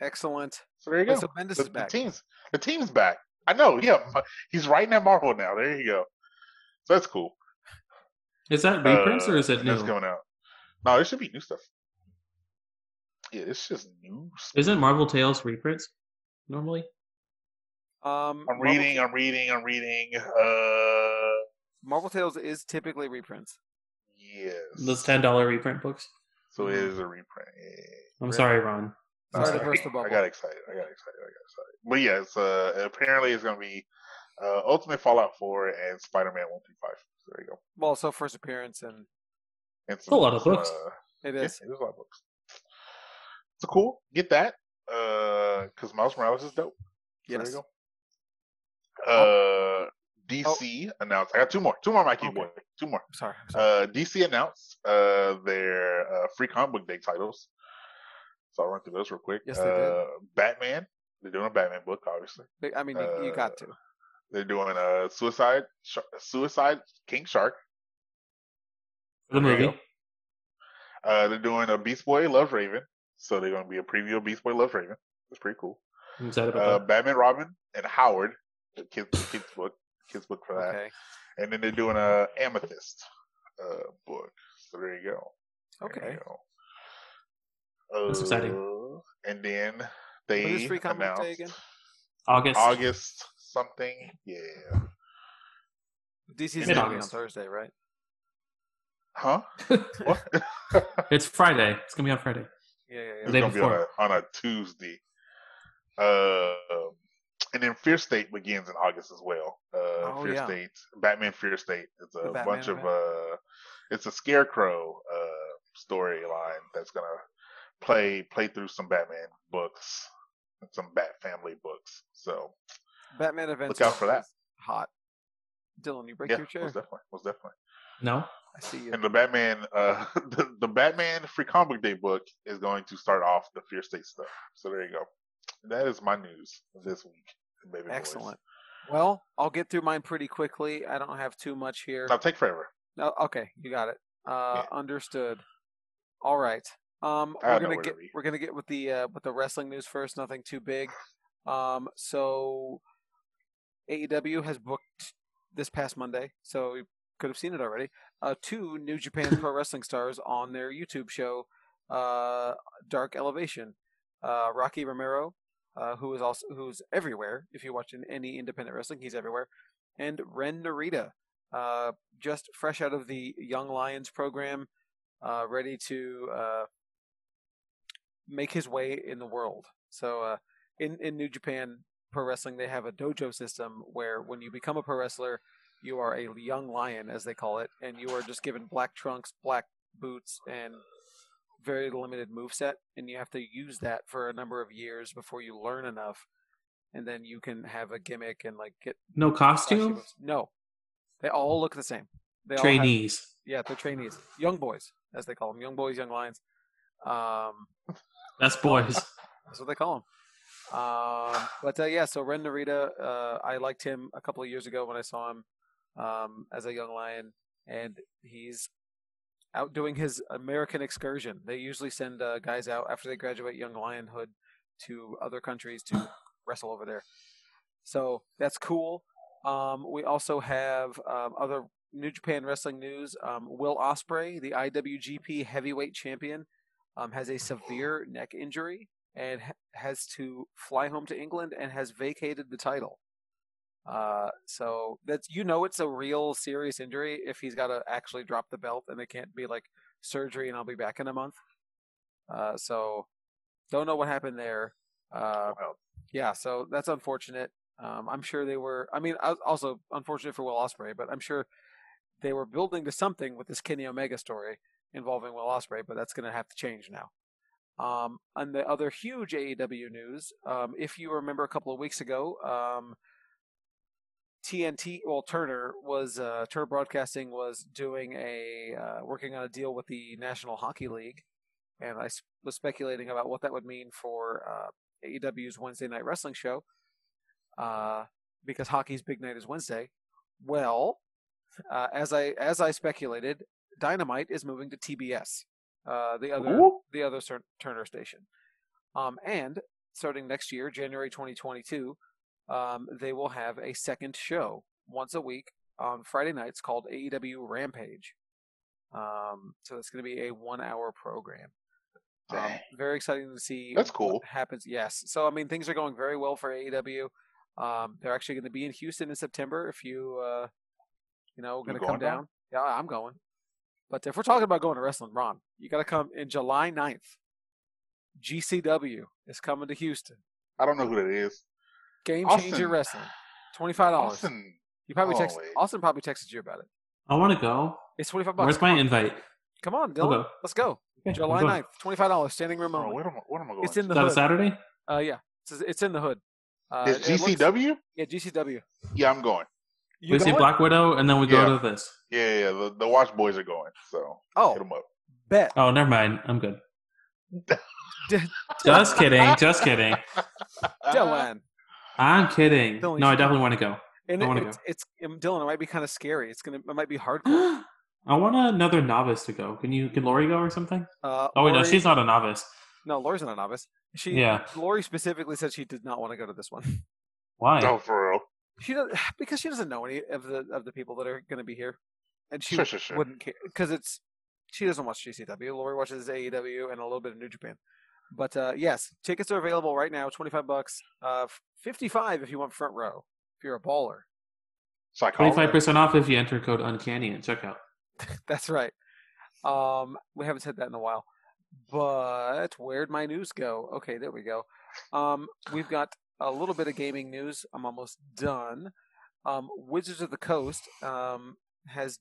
S1: excellent.
S2: So there you
S1: Wait,
S2: go.
S1: so Bendis
S2: the,
S1: is
S2: the
S1: back.
S2: team's the team's back. I know. Yeah, m- he's writing at Marvel now. There you go. So that's cool.
S3: is that reprints
S2: Uh,
S3: or is it
S2: and That's
S3: new?
S2: going out. No, there should be new stuff. Yeah, it's just new. stuff.
S3: Isn't Marvel Tales reprints normally?
S1: Um,
S2: I'm
S1: Marvel-
S2: reading. I'm reading. I'm reading. Uh,
S1: Marvel Tales is typically reprints.
S2: yes.
S3: Those ten dollar reprint books.
S2: So it is a reprint. Yeah.
S3: I'm
S1: Really?
S3: sorry, Ron.
S1: Sorry to
S2: Uh,
S1: burst the
S2: I
S1: bubble.
S2: got excited. I got excited. I got excited. But yeah, it's uh, apparently it's gonna be uh, Ultimate Fallout 4 and Spider-Man 135. So there you go.
S1: Well, so first appearance, and
S2: And
S3: a lot of books.
S2: uh,
S1: it
S2: Yeah,
S1: is.
S2: it is a lot of books. So cool. Get that. Uh, because Miles Morales is dope. So
S1: Yes. Oh.
S2: There you go. Uh, DC announced. I got two more. Two more, Mikey
S1: Okay.
S2: boy. Two more.
S1: I'm sorry. I'm sorry.
S2: Uh, DC announced uh their uh, free comic book day titles. So I'll run through those real quick.
S1: Yes, they did.
S2: uh, Batman. They're doing a Batman book, obviously.
S1: But, I mean, you, you got to.
S2: Uh, They're doing a Suicide Sh- Suicide King Shark.
S3: The
S2: There you
S3: movie.
S2: go. Uh, they're doing a Beast Boy Love Raven, so they're going to be a preview of Beast Boy Love Raven. That's pretty cool.
S3: I'm excited about
S2: Uh,
S3: that.
S2: Batman, Robin, and Howard, the kids, the kids book, kids book for that.
S1: Okay.
S2: And then they're doing a Amethyst uh, book. So there you go. There
S1: Okay.
S2: you go.
S3: That's exciting.
S2: Uh, And then
S1: When
S2: they
S1: is Free Comic Book
S2: announced
S1: Day again?
S3: August.
S2: August something. Yeah.
S1: DC's
S2: Mid-August.
S1: coming on Thursday, right?
S2: Huh? What?
S3: it's Friday. It's gonna be on Friday.
S1: Yeah, yeah,
S2: It's
S1: yeah.
S3: Day
S2: gonna be on a,
S3: before.
S2: on a Tuesday. Uh, and then Fear State begins in August as well. Uh,
S1: Oh,
S2: Fear
S1: yeah.
S2: State, Batman Fear State. It's a
S1: The Batman,
S2: bunch of
S1: right?
S2: uh, it's a Scarecrow uh storyline that's gonna play play through some Batman books, and some Bat Family books. So
S1: Batman events.
S2: Look out for that.
S1: is Hot. Dylan, you break
S2: yeah,
S1: your chair.
S2: most definitely, most definitely.
S3: No.
S1: I see you.
S2: And the Batman, uh, the, the Batman Free Comic Book Day book is going to start off the Fear State stuff. So there you go. That is my news this week, baby. boys.
S1: Excellent. Well, I'll get through mine pretty quickly. I don't have too much here.
S2: Now take forever.
S1: No, okay, you got it. Uh, Understood. All right. Um, we're
S2: I don't know
S1: gonna
S2: where to
S1: get
S2: be.
S1: we're gonna get with the uh, with the wrestling news first. Nothing too big. Um, so AEW has booked this past Monday, so you could have seen it already. Uh, two New Japan Pro Wrestling stars on their YouTube show, uh, Dark Elevation. Uh, Rocky Romero, uh, who is also who's everywhere. If you watch in any independent wrestling, he's everywhere. And Ren Narita, uh, just fresh out of the Young Lions program, uh, ready to uh, make his way in the world. So uh, in in New Japan Pro Wrestling, they have a dojo system where when you become a pro wrestler, you are a young lion, as they call it, and you are just given black trunks, black boots, and very limited move set, and you have to use that for a number of years before you learn enough, and then you can have a gimmick and like get
S3: No costume.
S1: flashy moves. No, they all look the same. They all have-
S3: Trainees.
S1: yeah, they're trainees, young boys, as they call them, young boys, young lions. Um,
S3: That's boys.
S1: that's what they call him. Um, but uh, yeah, so Ren Narita, uh, I liked him a couple of years ago when I saw him um, as a young lion, and he's out doing his American excursion. They usually send uh, guys out after they graduate young lionhood to other countries to wrestle over there. So that's cool. Um, we also have um, other New Japan wrestling news. Um, Will Osprey, the IWGP Heavyweight Champion, um, has a severe neck injury and ha- has to fly home to England and has vacated the title. Uh, so that's you know it's a real serious injury if he's got to actually drop the belt and it can't be like surgery and I'll be back in a month. Uh, so don't know what happened there. Uh,
S2: Wow.
S1: yeah, so that's unfortunate. Um, I'm sure they were. I mean, al- also unfortunate for Will Osprey, but I'm sure they were building to something with this Kenny Omega story involving Will Osprey, but that's going to have to change now. Um, and the other huge AEW news, um, if you remember a couple of weeks ago, um, TNT, well, Turner was uh, Turner Broadcasting was doing a uh, working on a deal with the National Hockey League, and I s- was speculating about what that would mean for uh, AEW's Wednesday Night Wrestling show, uh, because hockey's big night is Wednesday. Well, uh, as I as I speculated, Dynamite is moving to TBS, uh, the other
S2: Ooh.
S1: the other Cer- Turner station, um, and starting next year, January 2022, um, they will have a second show once a week on Friday nights called AEW Rampage. Um, so it's going to be a one-hour program. Um,
S2: Dang.
S1: very exciting to see.
S2: That's
S1: what
S2: cool.
S1: happens, yes. So I mean, things are going very well for AEW. Um, they're actually going to be in Houston in September. If you, uh, you know, going to come
S2: going, Ron?
S1: down, yeah, I'm going. But if we're talking about going to wrestling, Ron, you got to come in July 9th. GCW is coming to Houston.
S2: I don't know who that is.
S1: Game changer
S2: Austin.
S1: wrestling, twenty five dollars.
S2: Austin. Oh,
S1: You probably text
S2: Holy.
S1: Austin probably texted you about it.
S3: I want to go.
S1: It's twenty five bucks.
S3: Where's my invite?
S1: Come on, Dylan,
S3: Hello.
S1: let's go.
S3: Okay,
S1: July
S3: I'm going.
S1: 9th, twenty five dollars, standing room
S2: Oh,
S1: only.
S2: where am I? Where am I going?
S1: It's in
S3: Is
S1: the
S3: that a
S1: hood.
S3: Saturday?
S1: Uh, yeah, it's, it's in the hood. Uh,
S2: It's
S1: it looks-
S2: GCW.
S1: yeah, GCW.
S2: Yeah, I'm going.
S1: You
S3: We see
S1: going?
S3: Black Widow, and then we
S2: Yeah.
S3: go to this.
S2: Yeah, yeah. The, the Watch Boys are going. So hit 'em
S1: Oh,
S2: up.
S1: bet.
S3: Oh, never mind. I'm good.
S1: D-
S3: Just kidding. Just kidding.
S2: Uh,
S1: Dylan.
S3: I'm kidding.
S1: Don't
S3: No, I
S1: you-
S3: definitely want to go.
S1: And
S3: I wanna
S1: it's, it's um, Dylan. It might be kind of scary. It's gonna. It might be hardcore.
S3: I want another novice to go. Can you? Can Lori go or something?
S1: Uh,
S3: Oh wait, no,
S1: Lori-
S3: she's not a novice.
S1: no, Lori's not a novice. She,
S3: Yeah.
S1: Lori specifically said she did not want to go to this one.
S3: Why?
S2: Oh, for real.
S1: She does because she doesn't know any of the of the people that are going to be here, and she
S2: Sure, sure, sure.
S1: wouldn't care because it's she doesn't watch GCW. Lori watches AEW and a little bit of New Japan. But uh, yes, tickets are available right now. Twenty five bucks. Uh, fifty five if you want front row. If you're a baller,
S2: Psychology.
S3: Twenty five percent off if you enter code uncanny at checkout.
S1: that's right. Um, we haven't said that in a while. But where'd my news go? Okay, there we go. Um, we've got a little bit of gaming news. I'm almost done. Um, Wizards of the Coast um, has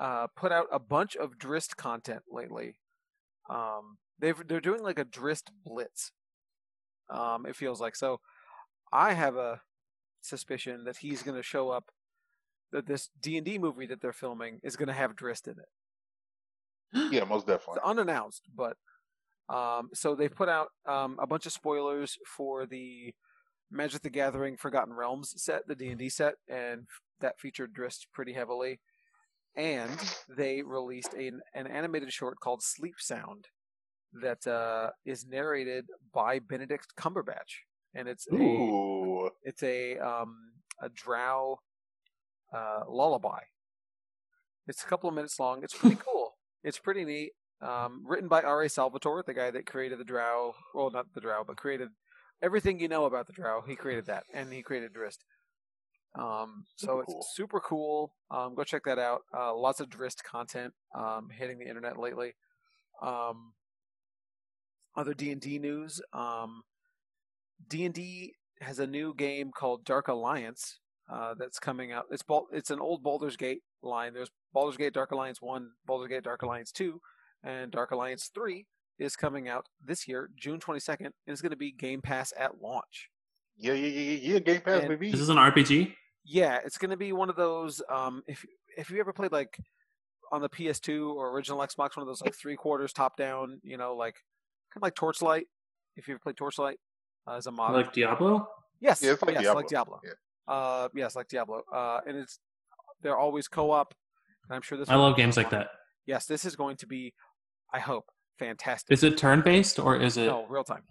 S1: uh, put out a bunch of Drist content lately. Um, they've they're doing like a Drist blitz. Um, it feels like so. I have a suspicion that he's going to show up. That this D and D movie that they're filming is going to have Drist in it
S2: Yeah, most definitely.
S1: it's unannounced, but um, so they put out um, a bunch of spoilers for the Magic the Gathering Forgotten Realms set, the D and D set, and that featured Drist pretty heavily. And they released an, an animated short called Sleep Sound that uh, is narrated by Benedict Cumberbatch, and it's a
S2: Ooh.
S1: it's a um, a drow uh, lullaby. It's a couple of minutes long. It's pretty cool. It's pretty neat. Um, written by R.A. Salvatore, the guy that created the drow. Well, not the drow, but created everything you know about the drow. He created that, and he created Drist. Um, so
S2: Super
S1: it's
S2: cool.
S1: super cool. Um, go check that out. Uh, lots of Drist content um, hitting the internet lately. Um, other D and D news. Um, D and D has a new game called Dark Alliance uh, that's coming out. It's Bal- it's an old Baldur's Gate line. There's Baldur's Gate Dark Alliance One, Baldur's Gate Dark Alliance Two, and Dark Alliance Three is coming out this year, June 22nd, and it's going to be Game Pass at launch.
S2: Yeah, yeah, yeah, yeah, yeah. Game Pass,
S1: And-
S2: baby.
S3: This is an RPG.
S1: Yeah, it's going to be one of those. Um, if if you ever played like on the PS2 or original Xbox, one of those like three quarters top down, you know, like kind of like Torchlight. If you ever played Torchlight uh, as a modern
S3: Like Diablo.
S1: Yes,
S2: Yeah, it's like
S1: yes,
S2: Diablo.
S1: like Diablo. Uh, yes, like Diablo. Uh, and it's they're always co-op, and I'm sure this.
S3: I
S1: will
S3: love
S1: be
S3: games like
S1: online.
S3: that.
S1: Yes, this is going to be, I hope, fantastic.
S3: Is it turn based or is it?
S1: no, real time.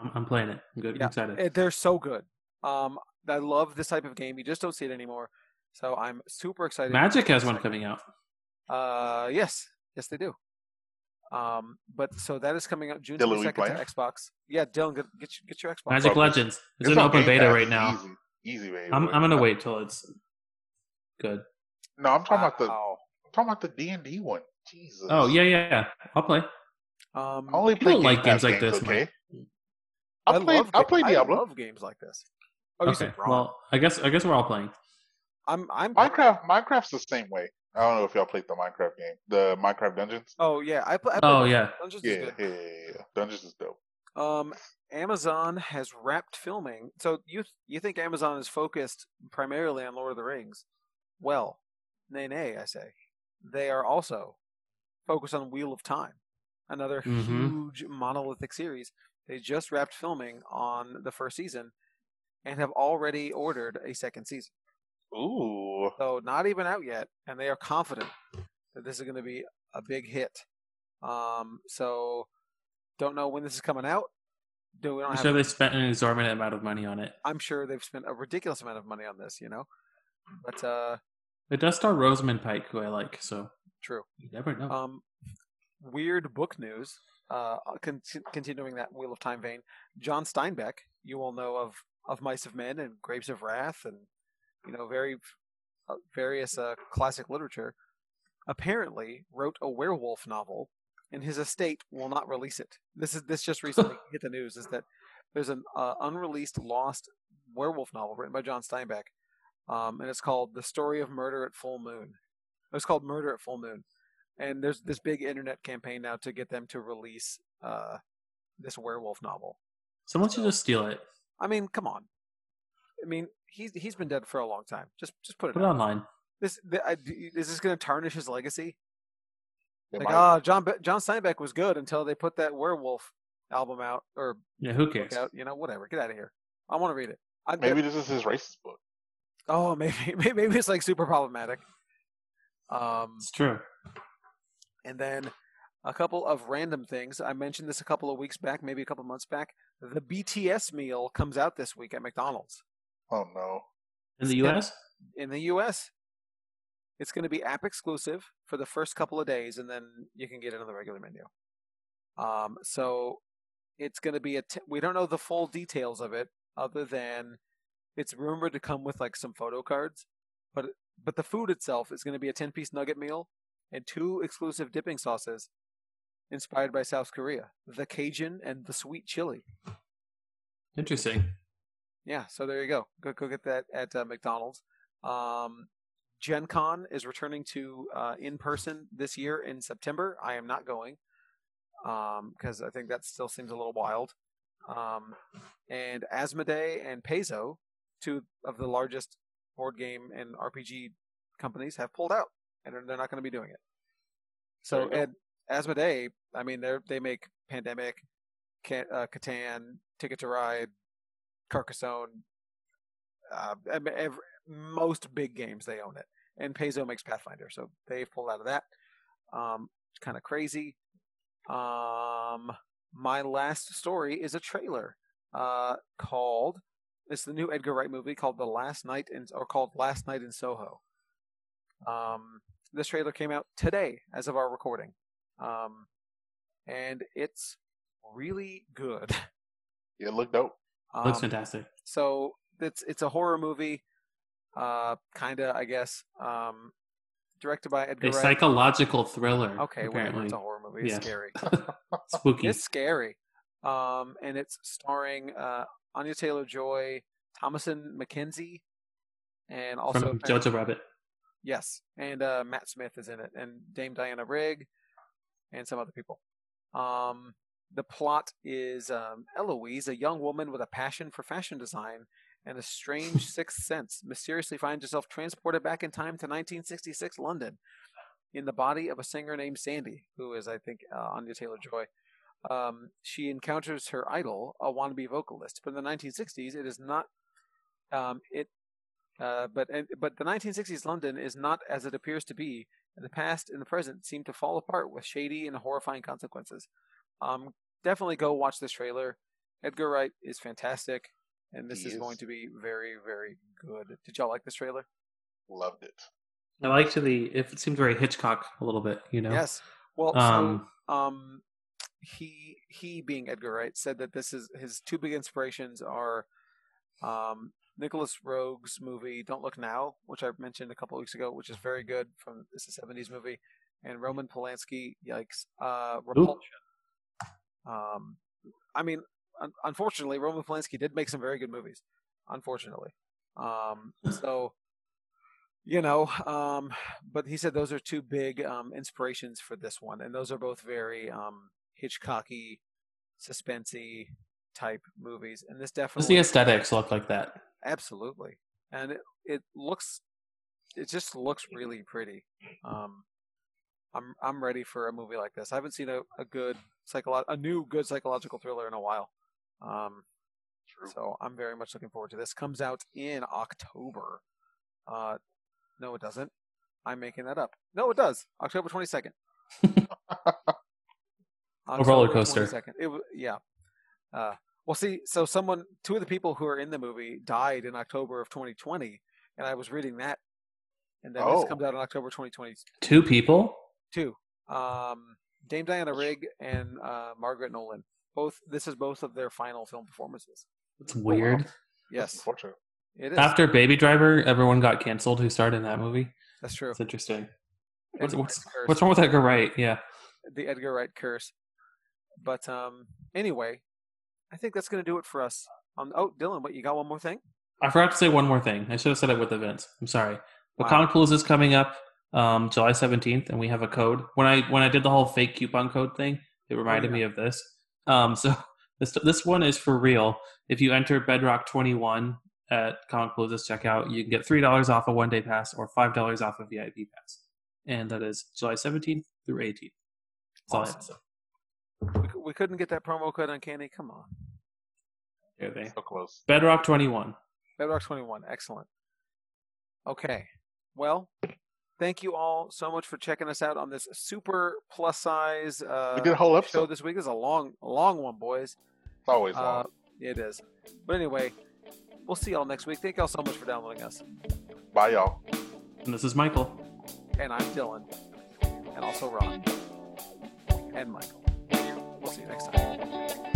S3: I'm, I'm playing it. I'm good. I'm
S1: Yeah.
S3: excited.
S1: Eh, They're so good. Um, I love this type of game. You just don't see it anymore. So I'm super excited.
S3: Magic has one coming out.
S1: Uh, yes, yes they do. Um, but so that is coming out June
S2: Dylan, we
S1: 22nd
S2: playing?
S1: to Xbox. Yeah, Dylan, get get, your- get your Xbox.
S3: Magic
S2: Probably.
S3: Legends. It's, an
S2: on
S3: open
S2: Game
S3: beta
S2: Pass.
S3: right now.
S2: Easy, easy baby.
S3: I'm
S2: boy.
S3: I'm gonna wait till it's good.
S2: No, I'm talking about the I'm
S1: Wow.
S2: talking about the D and D one. Jesus.
S3: Oh yeah, yeah, yeah. I'll play.
S1: Um,
S2: I only
S3: You
S2: play
S3: don't like
S2: Pass
S3: games like this,
S2: okay?
S1: I
S2: I played.
S1: love
S2: I
S1: ga-
S2: played
S1: I
S2: Diablo.
S1: love games like this. Oh, you
S3: okay.
S1: said wrong.
S3: Well, I guess I guess we're all playing.
S1: I'm I'm
S2: Minecraft. Minecraft's the same way. I don't know if y'all played the Minecraft game, the Minecraft Dungeons.
S1: Oh yeah, I, pl- I
S3: Oh
S1: played
S3: yeah.
S1: Dungeons is
S2: Yeah,
S1: good.
S2: yeah, yeah, yeah, yeah. Dungeons is dope.
S1: Um, Amazon has wrapped filming. So you you think Amazon is focused primarily on Lord of the Rings? Well, nay, nay, I say, they are also focused on Wheel of Time, another
S3: Mhm.
S1: huge monolithic series. They just wrapped filming on the first season, and have already ordered a second season.
S2: Ooh.
S1: So not even out yet, and they are confident that this is going to be a big hit. Um, so don't know when this is coming out. Do we don't
S3: I'm
S1: have?
S3: sure they spent an exorbitant amount of money on it.
S1: I'm sure they've spent a ridiculous amount of money on this, you know. But uh,
S3: It does star Rosamund Pike, who I like. So
S1: true.
S3: you never know.
S1: Um, weird book news. Uh, con- continuing that Wheel of Time vein, John Steinbeck, you all know of of Mice of Men and Grapes of Wrath, and you know very uh, various uh, classic literature. Apparently, wrote a werewolf novel, and his estate will not release it. This is this just recently hit the news is that there's an uh, unreleased lost werewolf novel written by John Steinbeck, um, and it's called The Story of Murder at Full Moon. It's called Murder at Full Moon and there's this big internet campaign now to get them to release uh, this werewolf novel.
S3: Someone should just steal it.
S1: I mean, come on. I mean, he's he's been dead for a long time. Just just put it
S3: Put it
S1: out.
S3: online.
S1: This the, I, is this going to tarnish his legacy?
S2: They
S1: Like,
S2: might-
S1: ah, John Be- John Steinbeck was good until they put that werewolf album out or
S3: Yeah, who
S1: book
S3: cares?
S1: out. You know, whatever. Get out of here. I want to read it. I,
S2: maybe this is his racist book.
S1: Oh, maybe maybe it's like super problematic. Um,
S3: It's true.
S1: and then a couple of random things. I mentioned this a couple of weeks back, maybe a couple of months back. The BTS meal comes out this week at McDonald's
S2: Oh no.
S3: In the
S1: Yeah.
S3: U.S.,
S1: in the U.S. It's going to be app exclusive for the first couple of days, and then you can get it on the regular menu. Um, so it's going to be a. T- we don't know the full details of it, other than it's rumored to come with like some photo cards, but but the food itself is going to be a ten piece nugget meal and two exclusive dipping sauces inspired by South Korea: the Cajun and the sweet chili.
S3: interesting.
S1: Yeah, so there you go. Go go get that at uh, McDonald's. Um, Gen Con is returning to uh, in person this year in September. I am not going because um, I think that still seems a little wild. Um, and Asmodee and Peso, two of the largest board game and RPG companies, have pulled out and are- they're not going to be doing it. So
S2: There you
S1: Ed, Asmodee, I mean, they they make Pandemic, Can, uh, Catan, Ticket to Ride, Carcassonne, uh, I mean, ev most big games they own it, and Peso makes Pathfinder, so they've pulled out of that. Um, it's kind of crazy. Um, my last story is a trailer uh, called it's the new Edgar Wright movie called The Last Night in or called Last Night in Soho. Um, this trailer came out today as of our recording, um, and it's really good.
S2: Yeah, look dope.
S1: Um,
S3: Looks fantastic.
S1: so it's it's a horror movie, uh, kinda I guess. Um, directed by Edgar
S3: A
S1: Wright.
S3: psychological thriller.
S1: okay, whatever.
S3: apparently
S1: It's a horror movie. It's
S3: Yes.
S1: scary.
S3: spooky.
S1: It's scary. Um, and it's starring uh, Anya Taylor Joy, Thomason McKenzie, and also
S3: from Jojo Rabbit.
S1: yes, and uh, Matt Smith is in it, and Dame Diana Rigg, and some other people. Um, the plot is um, Eloise, a young woman with a passion for fashion design and a strange sixth sense, mysteriously finds herself transported back in time to 1966 London in the body of a singer named Sandy, who is, I think, uh, Anya Taylor Joy. Um, she encounters her idol, a wannabe vocalist. But in the 1960s, it is not. Um, it, uh, but and, but the 1960s London is not as it appears to be. And the past and the present seem to fall apart with shady and horrifying consequences. Um, definitely go watch this trailer. Edgar Wright is fantastic, and this
S2: He
S1: is,
S2: is.
S1: going to be very very good. Did y'all like this trailer?
S2: Loved it.
S3: I liked the. It seemed very Hitchcock a little bit. You know.
S1: Yes. Well, so,
S3: Um.
S1: um he he being Edgar Wright said that this is his two big inspirations are um Nicholas Rogue's movie Don't Look Now, which I mentioned a couple weeks ago, which is very good from it's a seventies movie, and Roman Polanski, yikes, uh Repulsion. Um I mean un- unfortunately Roman Polanski did make some very good movies, unfortunately. Um so you know, um but he said those are two big um, inspirations for this one, and those are both very um, Hitchcocky, suspensey type movies. And this
S3: Does
S1: definitely,
S3: the aesthetics look like that?
S1: absolutely, and it, it looks, it just looks really pretty. Um, I'm I'm ready for a movie like this. I haven't seen a, a good psycholo- a new good psychological thriller in a while. Um,
S2: True.
S1: so I'm very much looking forward to this. Comes out in October. Uh, no, it doesn't. I'm making that up. No, it does. October 22nd. October
S3: roller coaster.
S1: 22nd. It, wa- yeah. Uh, well, see, so someone, two of the people who are in the movie died in October of 2020, and I was reading that, and then
S2: Oh.
S1: this comes out in October 2022.
S3: Two people.
S1: Um, Dame Diana Rigg and uh, Margaret Nolan. Both. This is both of their final film performances.
S3: It's weird.
S2: That's
S1: Yes,
S2: unfortunate.
S1: it is.
S3: After Baby Driver, everyone got canceled who starred in that movie.
S1: That's true.
S3: It's interesting. What's,
S1: Edgar
S3: what's,
S1: Wright's curse.
S3: what's wrong with Edgar Wright? Yeah.
S1: the Edgar Wright curse. But um, anyway, I think that's going to do it for us. Um, oh, Dylan, what you got? One more thing?
S3: I forgot to say one more thing. I should have said it with events. I'm sorry. But
S1: Wow.
S3: Comic Palooza is coming up um, July 17th, and we have a code. When I when I did the whole fake coupon code thing, it reminded
S1: yeah.
S3: me of this. Um, so this this one is for real. If you enter Bedrock 21 at Comic Palooza's checkout, you can get three dollars off a one day pass or five dollars off a VIP pass, and that is July 17th through 18th. That's all I have to say.
S1: We, cou- we couldn't get that promo code on Candy. Come on,
S3: There they.
S2: So close.
S3: Bedrock 21.
S1: Bedrock Twenty One, excellent. Okay, well, Thank you all so much for checking us out on this super plus size uh,
S2: we did a whole
S1: show
S2: episode.
S1: this week. This is a long, long one, boys.
S2: It's always
S1: Uh,
S2: long.
S1: it is. But anyway, we'll see y'all next week. Thank y'all so much for downloading us.
S2: Bye, y'all.
S3: And this is Michael.
S1: And I'm Dylan. And also Ron. And Michael. We'll see you next time.